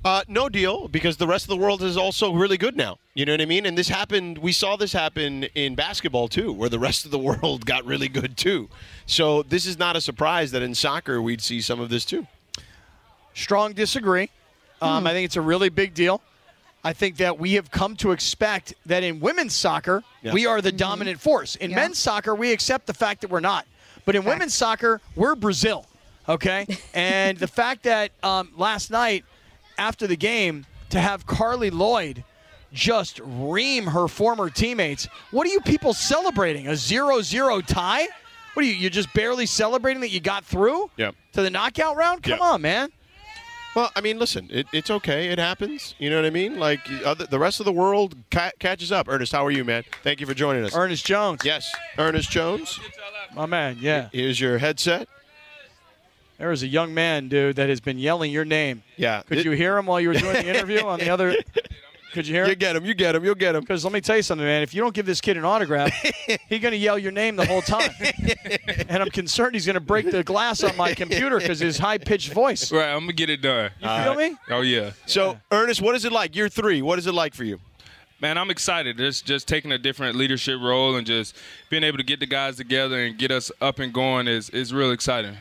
C: Uh, no deal, because the rest of the world is also really good now. You know what I mean? And this happened. We saw this happen in basketball too, where the rest of the world got really good too. So this is not a surprise that in soccer we'd see some of this too.
B: Strong disagree. Um, I think it's a really big deal. I think that we have come to expect that in women's soccer,
C: Yeah.
B: we are the dominant force. In
E: Yeah.
B: men's soccer, we accept the fact that we're not. But in women's soccer, we're Brazil, okay? and the fact that um, last night, after the game, to have Carly Lloyd just ream her former teammates, what are you people celebrating? A 0 0 tie? What are you? You're just barely celebrating that you got through
C: Yeah.
B: to the knockout round? Come
C: Yeah.
B: on, man.
C: Well, I mean, listen, it, it's okay. It happens. You know what I mean? Like other, the rest of the world ca- catches up. Ernest, how are you, man? Thank you for joining us.
B: Ernest Jones.
C: yes, Ernest Jones.
B: My man, yeah.
C: Here's your headset.
B: There is a young man, dude, that has been yelling your name.
C: Yeah.
B: Could
C: It-
B: you hear him while you were doing the interview on the other? Could you hear
C: You
B: him?
C: get him. You get him. You'll get him.
B: Because let me tell you something, man. If you don't give this kid an autograph, he's gonna yell your name the whole time, and I'm concerned he's gonna break the glass on my computer because his high-pitched voice.
I: Right, I'm gonna get it done.
B: You feel me?
I: Oh yeah,
C: So, Ernest, what is it like? Year three. What is it like for you?
I: man, I'm excited. Just just taking a different leadership role and just being able to get the guys together and get us up and going is is real exciting.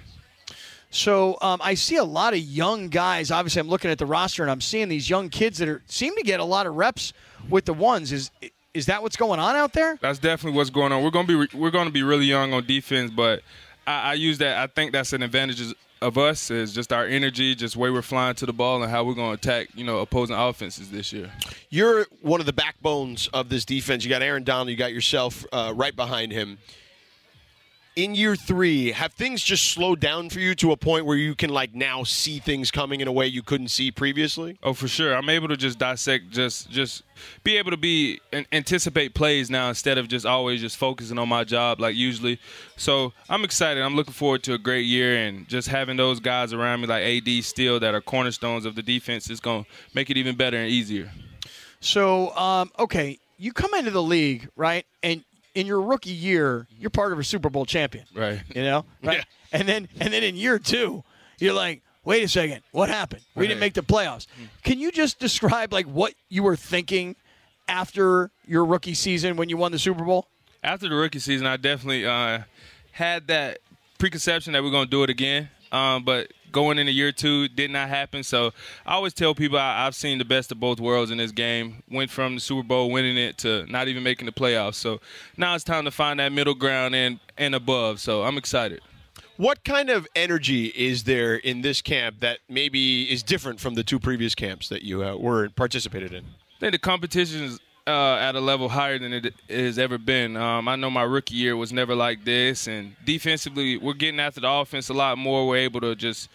B: So um, I see a lot of young guys. Obviously, I'm looking at the roster and I'm seeing these young kids that are seem to get a lot of reps with the ones. Is is that what's going on out there?
I: That's definitely what's going on. We're gonna be re- we're gonna be really young on defense, but I, I use that. I think that's an advantage
F: of us is just our energy, just way we're flying to the ball, and how we're going to attack, you know, opposing offenses this year.
C: You're one of the backbones of this defense. You got Aaron Donald, you got yourself uh, right behind him. In year three, have things just slowed down for you to a point where you can like now see things coming in a way you couldn't see previously?
F: Oh, for sure. I'm able to just dissect, just just be able to be and anticipate plays now instead of just always just focusing on my job like usually. So I'm excited. I'm looking forward to a great year and just having those guys around me like AD Steele that are cornerstones of the defense is going to make it even better and easier.
B: So, um, okay, you come into the league, right? And in your rookie year, you're part of a Super Bowl champion.
F: Right.
B: You know? Right. And then and then in year two, you're like, wait a second, what happened? We didn't make the playoffs. Can you just describe like what you were thinking after your rookie season when you won the Super Bowl?
F: after the rookie season, I definitely uh, had that preconception that we're going to do it again. Um, but going into year two did not happen. So I always tell people I, I've seen the best of both worlds in this game. Went from the Super Bowl winning it to not even making the playoffs. So now it's time to find that middle ground and and above. So I'm excited.
C: What kind of energy is there in this camp that maybe is different from the two previous camps that you uh, were participated in?
F: I think the competition is uh, at a level higher than it has ever been. Um, I know my rookie year was never like this, and defensively, we're getting after the offense a lot more. We're able to just,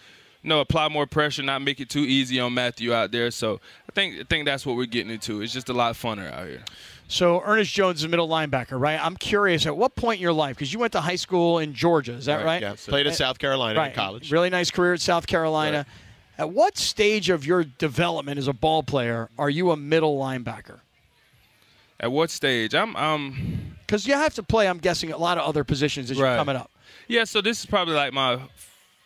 F: you know, apply more pressure, not make it too easy on Matthew out there. So I think I think that's what we're getting into. It's just a lot funner out here.
B: So Ernest Jones is a middle linebacker, right? I'm curious at what point in your life, because you went to high school in Georgia, is that right?
C: Yeah. Played at
B: And-
C: South Carolina
B: uh, right.
C: in college.
B: Really nice career at South Carolina. At what stage of your development as a ball player are you a middle linebacker?
F: At what stage? I'm um
B: Because you have to play, I'm guessing, a lot of other positions as you're
F: Right.
B: coming up.
F: Yeah, so this is probably like my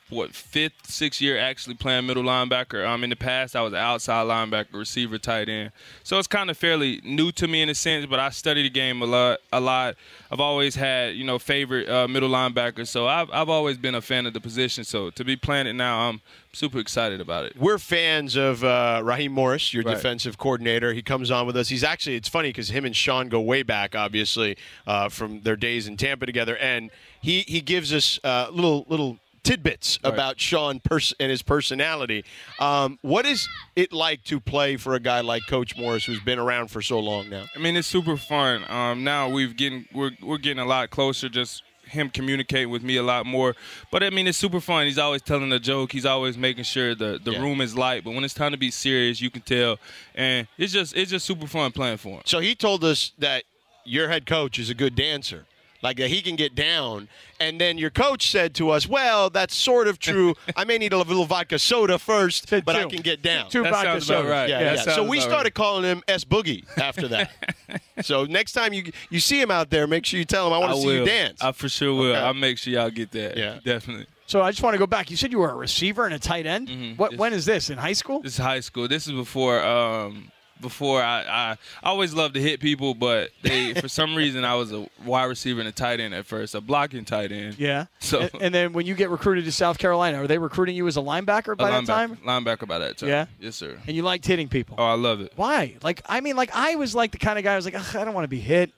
F: what fifth, sixth year actually playing middle linebacker. Um, in the past I was an outside linebacker, receiver, tight end. So it's kind of fairly new to me in a sense, but I study the game a lot. A lot. I've always had you know favorite uh, middle linebacker, so I've I've always been a fan of the position. So to be playing it now, I'm super excited about it.
C: We're fans of uh, Raheem Morris, your
F: Right.
C: defensive coordinator. He comes on with us. He's actually, it's funny because him and Sean go way back, obviously, uh, from their days in Tampa together. And he, he gives us uh, little little tidbits about Sean pers- and his personality. Um, what is it like to play for a guy like Coach Morris, who's been around for so long now?
F: I mean, it's super fun. Um, now we've getting we're we're getting a lot closer. Just him communicating with me a lot more. But I mean, it's super fun. He's always telling a joke. He's always making sure the the
C: Yeah.
F: room is light. But when it's time to be serious, you can tell. And it's just it's just super fun playing for him.
C: So he told us that your head coach is a good dancer, like that he can get down. And then your coach said to us, "Well, that's sort of true. I may need a little vodka soda first, but I
B: two.
C: can get down."
B: Two That vodka sounds about sodas. right.
C: Yeah,
B: That
C: yeah. So
B: sounds
C: we
B: about
C: started calling him S Boogie after that. so next time you you see him out there, make sure you tell him I want to see
F: will.
C: you dance.
F: I for sure will.
C: Okay.
F: I'll make sure y'all get that.
C: Yeah.
F: definitely.
B: So I just want to go back. You said you were a receiver and a tight end. What? when is this? In high school?
F: This is high school. This is before um before I, I I always loved to hit people, but they for some reason I was a wide receiver and a tight end at first, a blocking tight end.
B: Yeah.
F: So-
B: and, and then when you get recruited to South Carolina, are they recruiting you as a linebacker
F: A
B: by that
F: linebacker-
B: time?
F: Linebacker by that time.
B: Yeah?
F: Yes, sir.
B: And you liked hitting people.
F: Oh, I love it.
B: Why? Like, I mean, like I was like the kind of guy. I was like, "Ugh, I don't want to be hit.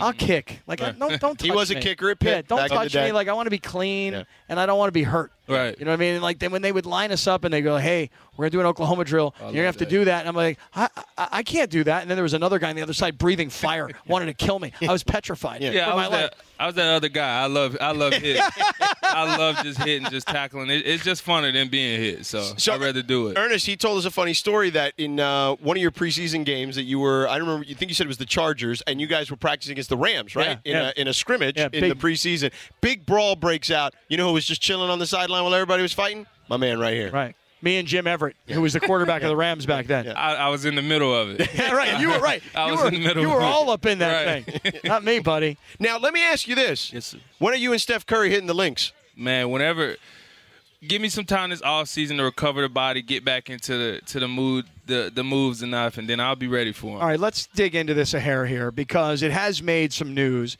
B: I'll kick. Like, I, no, don't. Touch
C: He was a
B: me.
C: kicker at Pitt
B: Yeah, don't
C: back in the
B: touch me.
C: day.
B: Like, I want to be clean
C: Yeah.
B: and I don't want to be hurt.
F: Right.
B: You know what I mean? And, Like then when they would line us up and they go, "Hey, we're gonna do an Oklahoma drill. You're gonna have to do that." And I'm like, I, I, "I can't do that." And then there was another guy on the other side breathing fire, wanted to kill me. I was petrified.
F: Yeah,
B: for
F: I
B: my
F: was,
B: life.
F: that, I was that other guy. I love I love hit. I love just hitting, just tackling. It, it's just funner than being hit. So, I'd rather do it.
C: Ernest, he told us a funny story that in uh, one of your preseason games that you were, I don't remember, you think you said it was the Chargers, and you guys were practicing against the Rams, right?
B: Yeah,
C: in,
B: yeah.
C: A, in a scrimmage
B: Yeah,
C: in
B: big-
C: the preseason. Big brawl breaks out. You know who was just chilling on the sideline while everybody was fighting? My man right here.
B: Right. Me and Jim Everett, who was the quarterback of the Rams back then. Yeah.
F: I, I was in the middle of it.
B: right. You were right.
F: I
B: you
F: was
B: were,
F: in the middle
B: You
F: of
B: were
F: it.
B: all up in that
F: Right.
B: thing. Not me, buddy.
C: Now, let me ask you this.
F: Yes, sir.
C: When are you and Steph Curry hitting the links?
F: man, whenever give me some time this off season to recover the body, get back into the to the mood, the the moves enough, and then I'll be ready for him.
B: All right, let's dig into this a hair here because it has made some news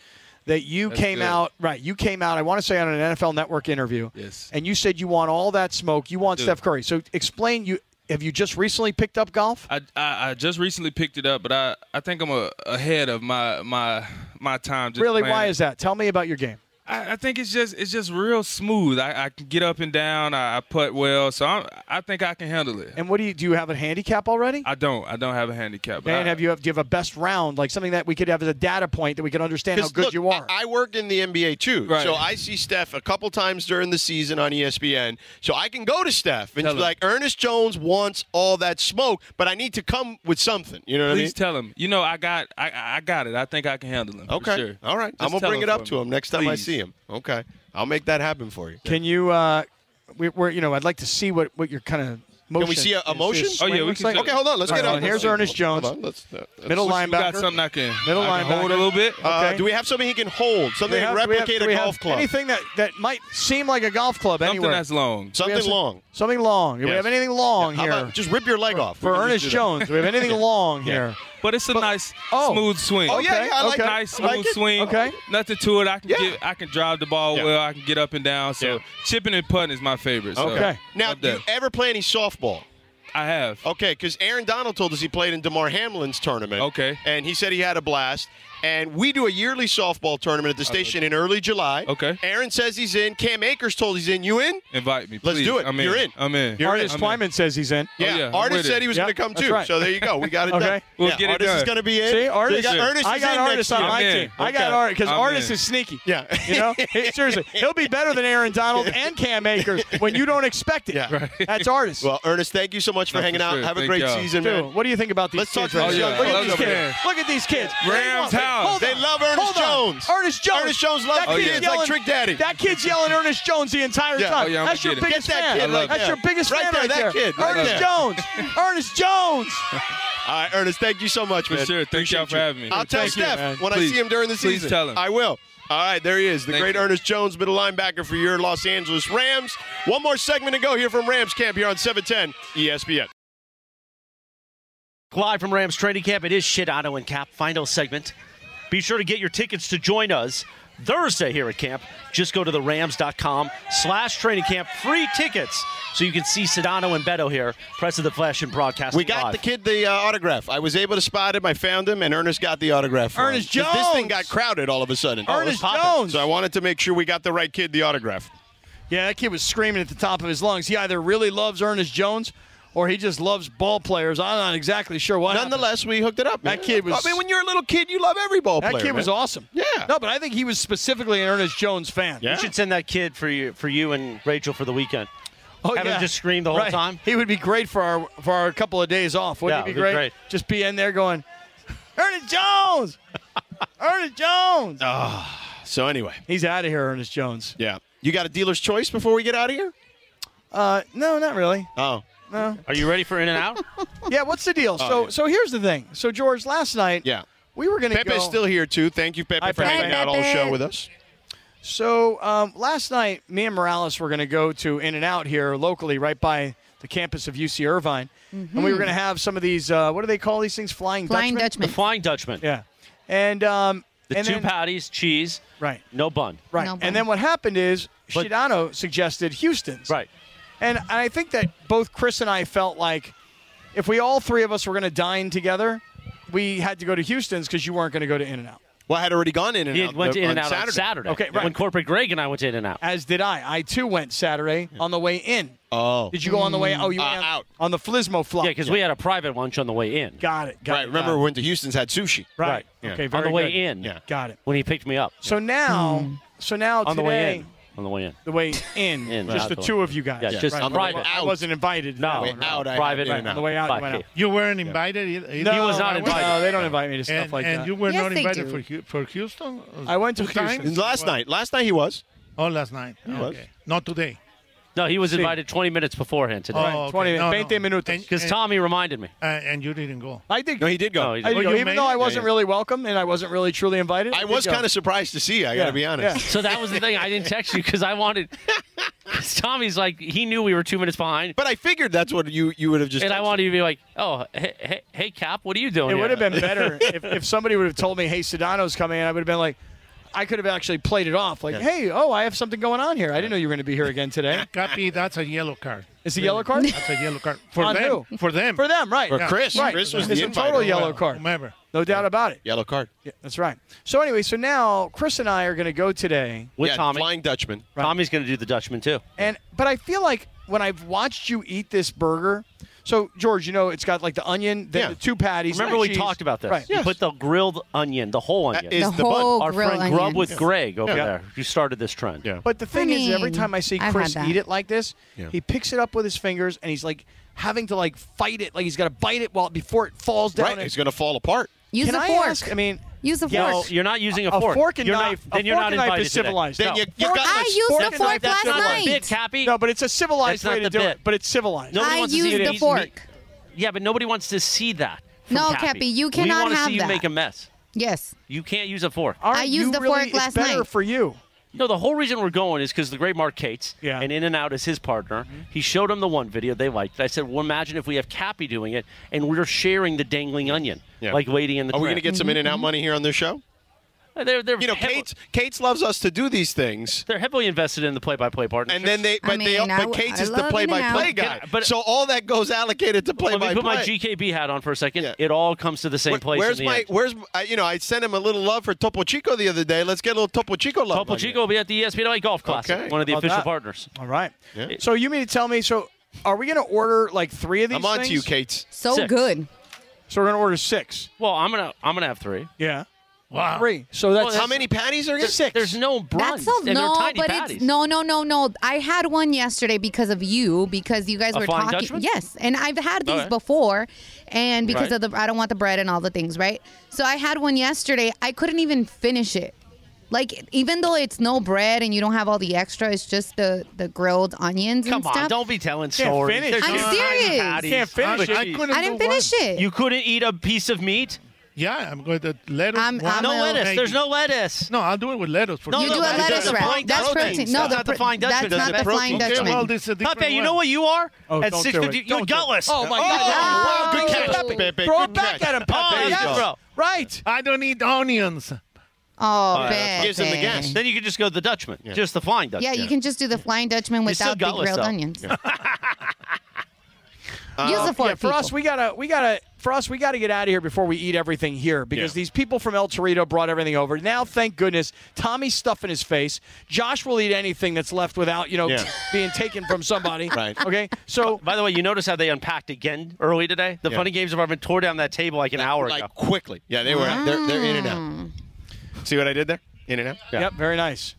B: that you came
F: good.
B: out right. You came out. I want to say on an NFL Network interview.
F: Yes.
B: And you said you want all that smoke. You want Steph Curry. So explain. You have you just recently picked up golf?
F: I, I, I just recently picked it up, but I, I think I'm a, ahead of my my my time. Just
B: really?
F: playing
B: Why
F: it.
B: is that? Tell me about your game.
I: I, I think it's just it's just real smooth. I, I can get up and down. I, I putt well, so I'm, I think I can handle it.
B: And what do you do? You have a handicap already?
I: I don't. I don't have a handicap. but I-
B: And have you have do you have a best round like something that we could have as a data point that we could understand how
C: 'Cause,
B: good
C: look,
B: you are?
C: I I work in the NBA too,
I: Right.
C: so I see Steph a couple times during the season on E ESPN. So I can go to Steph and
I: Tell
C: be
I: him.
C: like, Ernest Jones wants all that smoke, but I need to come with something. You know what
I: Please
C: I mean?
I: tell him. You know, I got, I, I got it. I think I can handle him. for
C: Okay.
I: sure.
C: All right.
I: Just
C: I'm gonna
I: tell
C: bring it up
I: for
C: to
I: me.
C: him next time I
I: Please.
C: see him. Okay. I'll make that happen for you.
B: Can you? Uh, we, we're you know I'd like to see what what your kind of motion.
C: Can Oh, we see a, a motion?
B: See a swing looks like?
C: Okay, hold on. Let's
B: All
C: get
B: right,
C: on.
B: hold on. Here's
C: Hold on.
B: Ernest Jones.
C: Hold on. Let's- uh, let's-
B: Middle
I: You got
B: linebacker.
I: something I can,
B: Middle
I: I can hold
B: linebacker.
I: a little bit.
C: Uh,
B: okay.
C: Do we have something he can hold?
B: Do we
C: Something that
B: have- do we have-
C: replicate
B: do we
C: a
B: have
C: golf club?
B: Anything that that might seem like a golf club
I: Something
B: anywhere.
I: that's long.
B: Do we
C: Something
B: have some-
C: long.
B: Something long. Do we
I: Yes.
B: have anything long
C: How
B: here?
C: about just rip your leg off?
B: for
C: We can
B: Ernest
C: just do that.
B: Jones, do we have anything long here?
I: But it's a nice,
B: oh.
I: smooth swing.
C: Oh yeah,
B: Okay,
C: yeah, I like
B: okay.
C: that.
I: Nice
C: I
I: smooth
C: like it.
I: swing.
B: Okay.
I: Nothing to it. I can
C: Yeah.
I: get, I can drive the ball
C: Yeah.
I: well. I can get up and down. So
C: Yeah.
I: chipping and putting is my favorite. So
B: Okay.
C: Now,
I: love
C: do you
I: that.
C: ever play any softball?
I: I have.
C: Okay, because Aaron Donald told us he played in DeMar Hamlin's tournament.
I: Okay.
C: And he said he had a blast. And we do a yearly softball tournament at the station in early July.
I: Okay.
C: Aaron says he's in. Cam Akers told he's in. You in?
I: Invite me.
C: Let's
I: please.
C: do it.
I: I'm in.
C: You're in.
I: I'm in.
B: Artist
I: I'm in.
B: Twyman says he's in.
C: Yeah.
I: Oh, yeah, I'm
C: Artist
I: with
C: said
I: it.
C: he was
B: Yep,
C: going to come
B: that's
C: too.
B: right.
C: So there you go. We got it
B: Okay.
C: done.
I: We'll
C: yeah,
I: get it
C: Artist is
I: done.
C: going to be in.
B: See,
C: So you
B: Artist,
C: got Ernest
B: I
C: is
B: got
C: in
B: Artist
C: next
B: on
C: year.
B: my
I: I'm in.
B: team. I got
I: Okay.
B: Artist because
I: I'm
B: Artist
I: in.
B: is sneaky.
C: Yeah.
B: You know, He- seriously, he'll be better than Aaron Donald and Cam Akers when you don't expect it.
C: Yeah. Right.
B: That's Artist.
C: Well, Ernest, thank you so much for
I: No, for
C: hanging out.
I: sure.
C: Have a
I: Thank
C: great
I: y'all.
C: season,
B: Dude,
C: man.
B: what do you think about these
C: Let's
B: kids?
C: talk
B: right
C: to
B: now?
C: Rams.
B: Look
C: Yeah, I
B: at these
C: love
B: kids.
I: Rams.
B: Look at these kids.
I: Rams
B: They love it.
I: house.
B: Hold
C: They
B: on.
C: love Ernest
B: Hold on.
C: Jones.
B: Ernest Jones.
C: Ernest Jones loves
B: that
C: kids
B: kid's
C: like
B: yelling,
C: Trick Daddy.
B: That kid's yelling Ernest Jones the entire
C: Yeah.
B: time.
I: Oh, yeah, I'm
B: That's your
I: gonna get it.
B: biggest
C: Get that
B: fan.
C: kid
I: right
B: That's
C: there.
B: your biggest
C: Right
B: fan
C: there,
B: right
C: that
B: there.
C: kid, right
B: Ernest
C: there.
B: Jones. Ernest Jones.
C: All right, Ernest, thank you so much,
I: For
C: man.
I: sure. Thank y'all for having me.
C: I'll tell
B: Thank you,
C: Steph
B: man.
C: when I
I: Please.
C: see him during the
I: Please
C: season.
I: tell him.
C: I will. All right, there he is, the
I: Thank
C: great
I: you.
C: Ernest Jones, middle linebacker for your Los Angeles Rams. One more segment to go here from Rams camp here on E 710 ESPN.
G: Live from Rams training camp, it is Shit Otto and Cap final segment. Be sure to get your tickets to join us Thursday here at camp. Just go to the rams.com slash training camp. Free tickets so you can see Sedano and Beto here. Press of the flash and broadcast.
C: We got the kid the uh, autograph. I was able to spot him. I found him, and Ernest got the autograph. for
B: Ernest
C: him. 'Cause This thing
B: Jones!
C: got crowded all of a sudden.
B: Oh, Ernest it's popping. Jones!
C: So I wanted to make sure we got the right kid the autograph.
B: Yeah, that kid was screaming at the top of his lungs. He either really loves Ernest Jones or he just loves ball players. I'm not exactly sure what. happened.
C: Nonetheless, we hooked it up.
B: That
C: man.
B: kid was-
C: I mean, when you're a little kid, you love every ball
B: that
C: player.
B: kid was
C: man.
B: awesome.
C: Yeah.
B: No, but I think he was specifically an Ernest Jones fan.
C: Yeah.
G: You should send that kid for you for you and Rachel for the weekend.
B: Oh,
G: Have him just scream the whole
B: Right.
G: time?
B: He would be great for our for our couple of days off. Wouldn't
G: Yeah,
B: he be
G: it'd be
B: great?
G: great.
B: Just be in there going, Ernest Jones, Ernest Jones.
G: Oh.
C: So anyway,
B: He's out of here, Ernest Jones.
C: yeah. You got a dealer's choice before we get out of here?
B: Uh, no, not really.
C: Oh,
G: Are you ready for In and Out?
B: Yeah, what's the
G: Oh,
B: deal? so
C: yeah.
B: so here's the thing. So George, last night,
C: yeah.
B: we were gonna
C: Pepe's
B: go-
C: still here too. Thank you, Pepe,
B: Hi,
C: for
B: Pepe.
C: hanging out all the show with us.
B: So um, last night, me and Morales were going to go to In and Out here locally, right by the campus of UC Irvine, and we were going to have some of these. Uh, what do they call these things? Mm-hmm. Flying,
E: Flying
B: Dutchman.
G: the
E: Dutchman.
G: Flying Dutchman.
B: Yeah, and um,
G: The
B: and
G: two
B: then,
G: patties, cheese,
B: Right.
G: no bun.
B: right,
E: No bun.
B: and then what happened is
G: But-
B: Shidano suggested Houston's.
G: Right.
B: And I think that both Chris and I felt like if we all three of us were going to dine together, we had to go to Houston's because you weren't going to go to In and Out.
C: Well, I had already gone in and
G: He
C: out
G: went to
C: the-
G: In and
C: on
G: Out
C: Saturday.
G: on Saturday.
B: Okay, right.
G: When corporate Greg and I went to In and Out.
B: As did I. I too went Saturday on the way in.
C: Oh,
B: Did you go on the way? Oh, you
C: Uh,
B: went on-
C: out.
B: on the Flismo flight.
G: Mm, Oh, Yeah, because we had a private lunch on the way in.
B: got it. Got
C: right.
B: it,
C: Remember,
B: got
C: we
B: it.
C: went to Houston's, had sushi.
B: right?
C: Yeah.
B: Okay, very
G: on the way
B: good.
G: in.
C: Yeah.
B: Got it.
G: When he picked me up.
B: So now, so now
G: on the way
B: today,
G: in. On the way in.
B: the way in,
G: In,
B: just
G: out
B: the
G: the way.
B: two of you guys.
G: Yeah, just
B: right.
G: on the way Private.
B: I
C: out.
B: wasn't invited. to that
G: No,
B: one,
C: Way
B: right?
C: out, I had
G: private.
C: In and
B: on
C: Out.
B: the way out.
G: Fuck
B: you went
G: it.
B: out.
D: You weren't invited. either-
B: No,
G: was not
B: I went-
G: invited.
B: No, they don't invite me to stuff
D: And,
B: like
D: and
B: that.
D: you were
E: Yes,
D: not
E: they
D: invited
E: do.
D: for Hu- for Houston. uh,
B: I went to
D: two times?
B: Houston.
C: Last night. Last night he was.
D: Oh, last night. Okay. Not today.
G: No, he was invited 20 minutes beforehand today.
D: Oh, okay.
B: 20
D: No, no.
B: 20 minutos.
D: And-
G: Because
D: and-
G: Tommy reminded me.
D: uh, and you didn't go.
B: I did.
C: No, he did go.
G: No, he
B: I did
G: didn't.
D: Well,
B: go,
D: you
B: even
D: made
B: though
D: it?
B: I wasn't
C: Yeah, yeah.
B: really welcome and I wasn't really truly invited.
C: I was kind of surprised to see you. I got to be honest.
G: So that was the thing. I didn't text you because I wanted. Because Tommy's like, he knew we were two minutes behind.
C: But I figured that's what you you would have just.
G: And I
C: texted.
G: wanted you to be like, oh, hey, hey, hey Cap, what are you doing?
B: It
G: here?
B: would have been better if, if somebody would have told me, "Hey, Sedano's coming," in. I would have been like, I could have actually played it off, like, "Hey, oh, I have something going on here. I didn't know you were going to be here again today."
D: Capi, that's a yellow card.
B: It's a yellow card
D: That's a yellow card for
B: On
D: them.
B: who?
D: For them.
B: for them, right?
C: Or Chris.
B: Right.
C: Chris was
B: it's
C: the
B: a
C: inviter.
B: total
D: Well,
B: yellow card.
D: Whomever.
B: No doubt about it.
C: Yellow card.
B: Yeah, that's right. So anyway, so now Chris and I are going to go today.
G: With Tommy.
C: Flying Dutchman.
G: Tommy's going to do the Dutchman too.
B: And but I feel like when I've watched you eat this burger, so George, you know it's got like the onion, then
G: Yeah.
B: the two patties.
G: Remember
B: the
G: we
B: cheese.
G: talked about this.
B: Right.
G: You put the grilled onion, the whole onion.
B: is The the bun. whole
G: Our
B: grilled
G: friend
B: onion.
G: Grub with
B: Yes.
G: Greg over
B: Yeah.
G: there. You started this trend. Yeah.
B: But the thing is, every
E: mean,
B: time I see
E: I've
B: Chris
E: had that.
B: eat it like this,
C: Yeah.
B: he picks it up with his fingers and he's like having to like fight it, like he's got to bite it while before it falls down.
C: Right. He's going to fall apart.
E: Use
B: Can
E: a
B: I
E: fork.
B: ask- I mean,
E: Use a
G: Yeah,
E: fork.
G: no, you're not using a,
B: A
G: fork.
B: fork and
G: you're
B: knife-
G: Not, then
B: a
G: you're
B: fork
G: not
B: and knife
G: invited
B: is
G: today.
B: civilized.
C: Then
B: No.
C: you, you
E: Fork-
C: got
E: I
C: like
E: used
B: fork
E: a
B: and
E: fork
B: knife, that's
E: last
B: not
G: Not
E: night.
G: the bit, Cappy.
B: no, but it's a civilized
G: That's not
B: way to
G: the
B: do it.
G: bit.
B: But it's civilized.
G: Nobody
E: I
G: wants to see
E: used
G: you
E: the
G: eat
E: fork.
G: meat. Yeah, but nobody wants to see that. from
E: No,
G: Cappy,
E: Cappy, you
G: we
E: cannot
G: wanna
E: have
G: see you
E: that.
G: make a mess.
E: Yes.
G: You can't use a fork.
B: All
E: I
B: right,
E: used
B: you
E: the
B: really,
E: fork
B: it's
E: last
B: better
E: night.
B: for you.
G: No, the whole reason we're going is because the great Mark Cates
B: Yeah. Mm-hmm.
G: and In and Out is his partner. He showed him the one video they liked. I said, "Well, imagine if we have Cappy doing it and we're sharing the dangling onion,
C: Yeah.
G: like waiting in the."
C: Are we
G: tray."
C: going to get some in
B: Mm-hmm.
C: and out money here on this show?
G: They're, they're
C: You know,
G: heavily,
C: Kate's, Kate's loves us to do these things.
G: they're heavily invested in the play-by-play partnership.
C: And then they,
E: I
C: but they,
E: mean, I
C: but
E: w-
C: Kate's
E: I
C: is the
E: love
C: play-by-play
E: In-N-Out.
C: guy.
G: Can I- but-
C: so all that goes allocated to
G: let me
C: play-by-play.
G: put my GKB hat on for a second.
C: Yeah.
G: It all comes to the same
C: Where-
G: place.
C: Where's
G: in the
C: my?
G: end.
C: Where's I, you know? I sent him a little love for Topo Chico the other day. Let's get a little Topo Chico love.
G: Topo
C: on
G: Chico
C: you.
G: Oh, will be at the E ESPNLA Golf Classic,
C: Okay,
G: one of the
B: how about
G: official
B: that?
G: partners.
B: All right.
C: Yeah.
B: So you mean to tell me? So are we going to order like three of these?
C: I'm on
B: things?
C: to you, Kate.
E: So
G: Six.
E: good.
B: So we're going to order six.
G: Well, I'm gonna I'm gonna have three.
B: Yeah.
D: Wow.
B: Three. So that's
C: How many patties are in
B: There's six.
G: There's no
E: That's
G: brunch.
E: so
G: and
E: no,
G: they're tiny
E: but
G: patties.
E: it's no, no, no, no. I had one yesterday because of you, because you guys
G: A
E: were
G: Flying
E: talking.
G: Dutchman?
E: Yes, and I've had these
G: Okay.
E: before, and because
G: Right.
E: of the, I don't want the bread and all the things, right? So I had one yesterday. I couldn't even finish it. Like even though it's no bread and you don't have all the extra, it's just the the grilled onions
G: Come
E: and
G: on,
E: stuff.
G: don't be telling stories.
B: finish
G: There's
E: it. I'm
G: no tiny
E: serious.
G: patties.
B: Can't finish
D: I,
B: it.
D: I couldn't
E: I didn't
D: do one.
E: finish it.
G: You couldn't eat a piece of meat?
D: Yeah, I'm going to lettuce.
E: I'm-
D: one-
E: I'm
G: No
E: Well,
G: lettuce.
D: maybe.
G: There's no lettuce.
D: No, I'll do it with lettuce. For
G: No,
E: you
G: no,
E: do a
G: that is
E: lettuce
G: the
E: wrap.
G: fine
E: That's
G: protein
E: protein.
G: stuff.
E: No,
G: That's the fine Dutchman.
E: That's not
G: That's
E: the flying
D: Okay,
E: Dutchman.
D: well, this is a different
G: Pepe, you
D: one.
G: know what you are?
B: Oh,
G: At
B: don't do
G: 650,
B: it.
G: you're
B: Don't do it.
G: gutless.
B: Oh my
C: Oh,
B: God!
C: wow,
E: Ah,
C: good catch,
B: Pepe.
C: Pepe.
B: Throw
C: Good
B: it back
C: catch.
B: at him, Pepe.
G: Oh, there you
B: yes.
G: go.
B: Right.
D: I don't eat onions.
E: Oh,
C: that's-
E: Pepe.
C: Gives them the gas.
G: Then you could just go to the Dutchman. Just the flying Dutchman.
E: Yeah, you can just do the flying Dutchman
G: You're still
E: without the
G: gutless,
E: grilled
G: though.
E: onions. Use the fork.
B: Uh, yeah, for
E: people.
B: us, we gotta, we gotta, for us, we gotta get out of here before we eat everything here because
C: Yeah.
B: these people from El Torito brought everything over. Now, thank goodness, Tommy's stuff in his face. Josh will eat anything that's left without, you know,
C: Yeah.
B: being taken from somebody.
C: Right.
B: Okay. So
G: By the way, you notice how they unpacked again early today? The
C: Yeah.
G: funny games department tore down that table like an hour
C: like
G: ago.
C: quickly. Yeah, they were. They're, they're in and out. See what I did there? In and out. Yeah.
B: Yep, very nice.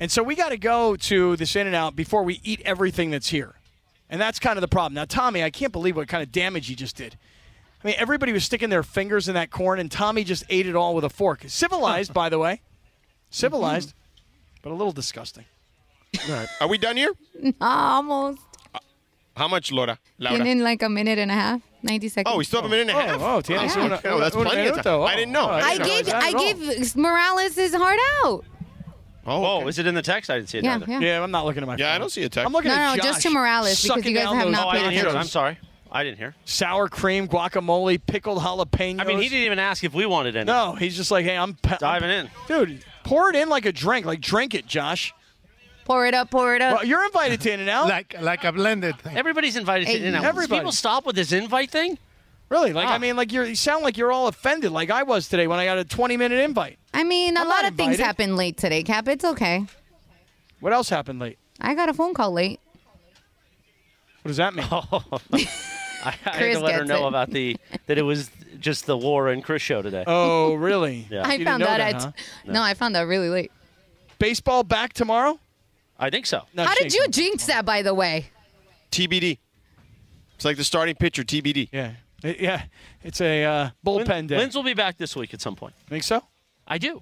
B: And so we got to go to this In and Out before we eat everything that's here. And that's kind of the problem. Now, Tommy, I can't believe what kind of damage he just did. I mean, everybody was sticking their fingers in that corn, and Tommy just ate it all with a fork. Civilized, by the way. Civilized,
C: Mm-hmm.
B: but a little disgusting.
C: Are we done here?
E: almost
C: How much, Laura? Laura.
E: and in like a minute and a half, ninety seconds.
C: oh, we still have a minute and a half.
B: oh, Tiana, so una-
C: Oh, that's
B: una-
C: plenty of
B: una
C: time.
B: minuto.
C: I didn't know.
B: Oh,
C: I didn't
E: I
C: know.
E: gave
B: not
E: I
B: at all.
E: gave Morales his heart out.
G: Oh, is it in the text? I didn't see it
E: Yeah,
G: either.
E: yeah.
B: Yeah, I'm not looking at my
C: Yeah, I
B: phone.
C: don't see a text.
B: I'm looking
E: No,
B: at
E: no,
B: Josh.
E: just to Morales, because
B: sucking
E: you guys
B: down
E: have
B: those
E: not
G: Oh, I
E: paid
G: didn't hear it.
E: attention.
G: I'm sorry. I didn't hear.
B: Sour cream, guacamole, pickled jalapenos.
G: I mean, he didn't even ask if we wanted any.
B: No, he's just like, hey, I'm pe-
G: Diving in.
B: Dude, pour it in like a drink. Like, drink it, Josh.
E: Pour it up, pour it up.
B: Well, you're invited to In and
E: Oh.
B: Out.
D: Like like a blended thing.
G: Everybody's invited
E: Hey,
G: to in and out.
B: everybody.
G: People stop with this invite thing?
B: really? Like I
G: Ah.
B: mean, like you're, you sound like you're all offended, like I was today when I got a 20 minute invite.
E: I mean, a
B: I'm
E: lot
B: not
E: of things
B: invited.
E: happened late today, Cap. It's okay.
B: What else happened late?
E: I got a phone call late.
B: What does that mean?
G: Oh. I, I had
E: Chris
G: to let her
E: gets
G: know
E: it.
G: about the that it was just the Laura and Chris show today.
B: Oh, really?
G: Yeah.
E: I
B: You didn't
E: found
B: know
E: out
B: that,
E: at
B: huh?
E: no. I found out really late.
B: Baseball back tomorrow?
G: I think so.
B: No,
E: How
B: she
E: did
B: ain't
E: you
B: coming.
E: jinx that, by the way?
C: TBD. It's like the starting pitcher, TBD.
B: Yeah. It- yeah. It's a uh, bullpen day.
G: Lynn's will be back this week at some point.
B: Think so?
G: I do.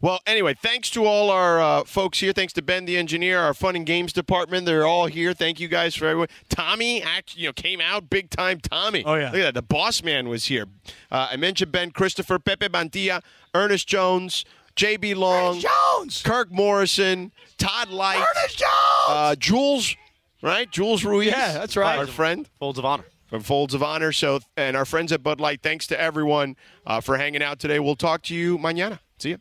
C: Well, anyway, thanks to all our uh, folks here. Thanks to Ben, the engineer, our fun and games department. They're all here. Thank you guys for everyone. Tommy, act, you know, came out big time. Tommy.
B: Oh, yeah.
C: Look at that. The boss man was here. Uh, I mentioned Ben Christopher, Pepe Bandilla, Ernest Jones, J.B. Long,
B: Jones.
C: Kirk Morrison, Todd Light,
B: Ernest Jones!
C: uh, Jules, right? Jules Ruiz.
B: Yeah, that's right.
C: Our friend
G: Folds of honor.
C: from Folds of Honor. So, and our friends at Bud Light. Thanks to everyone uh, for hanging out today. We'll talk to you mañana. See ya.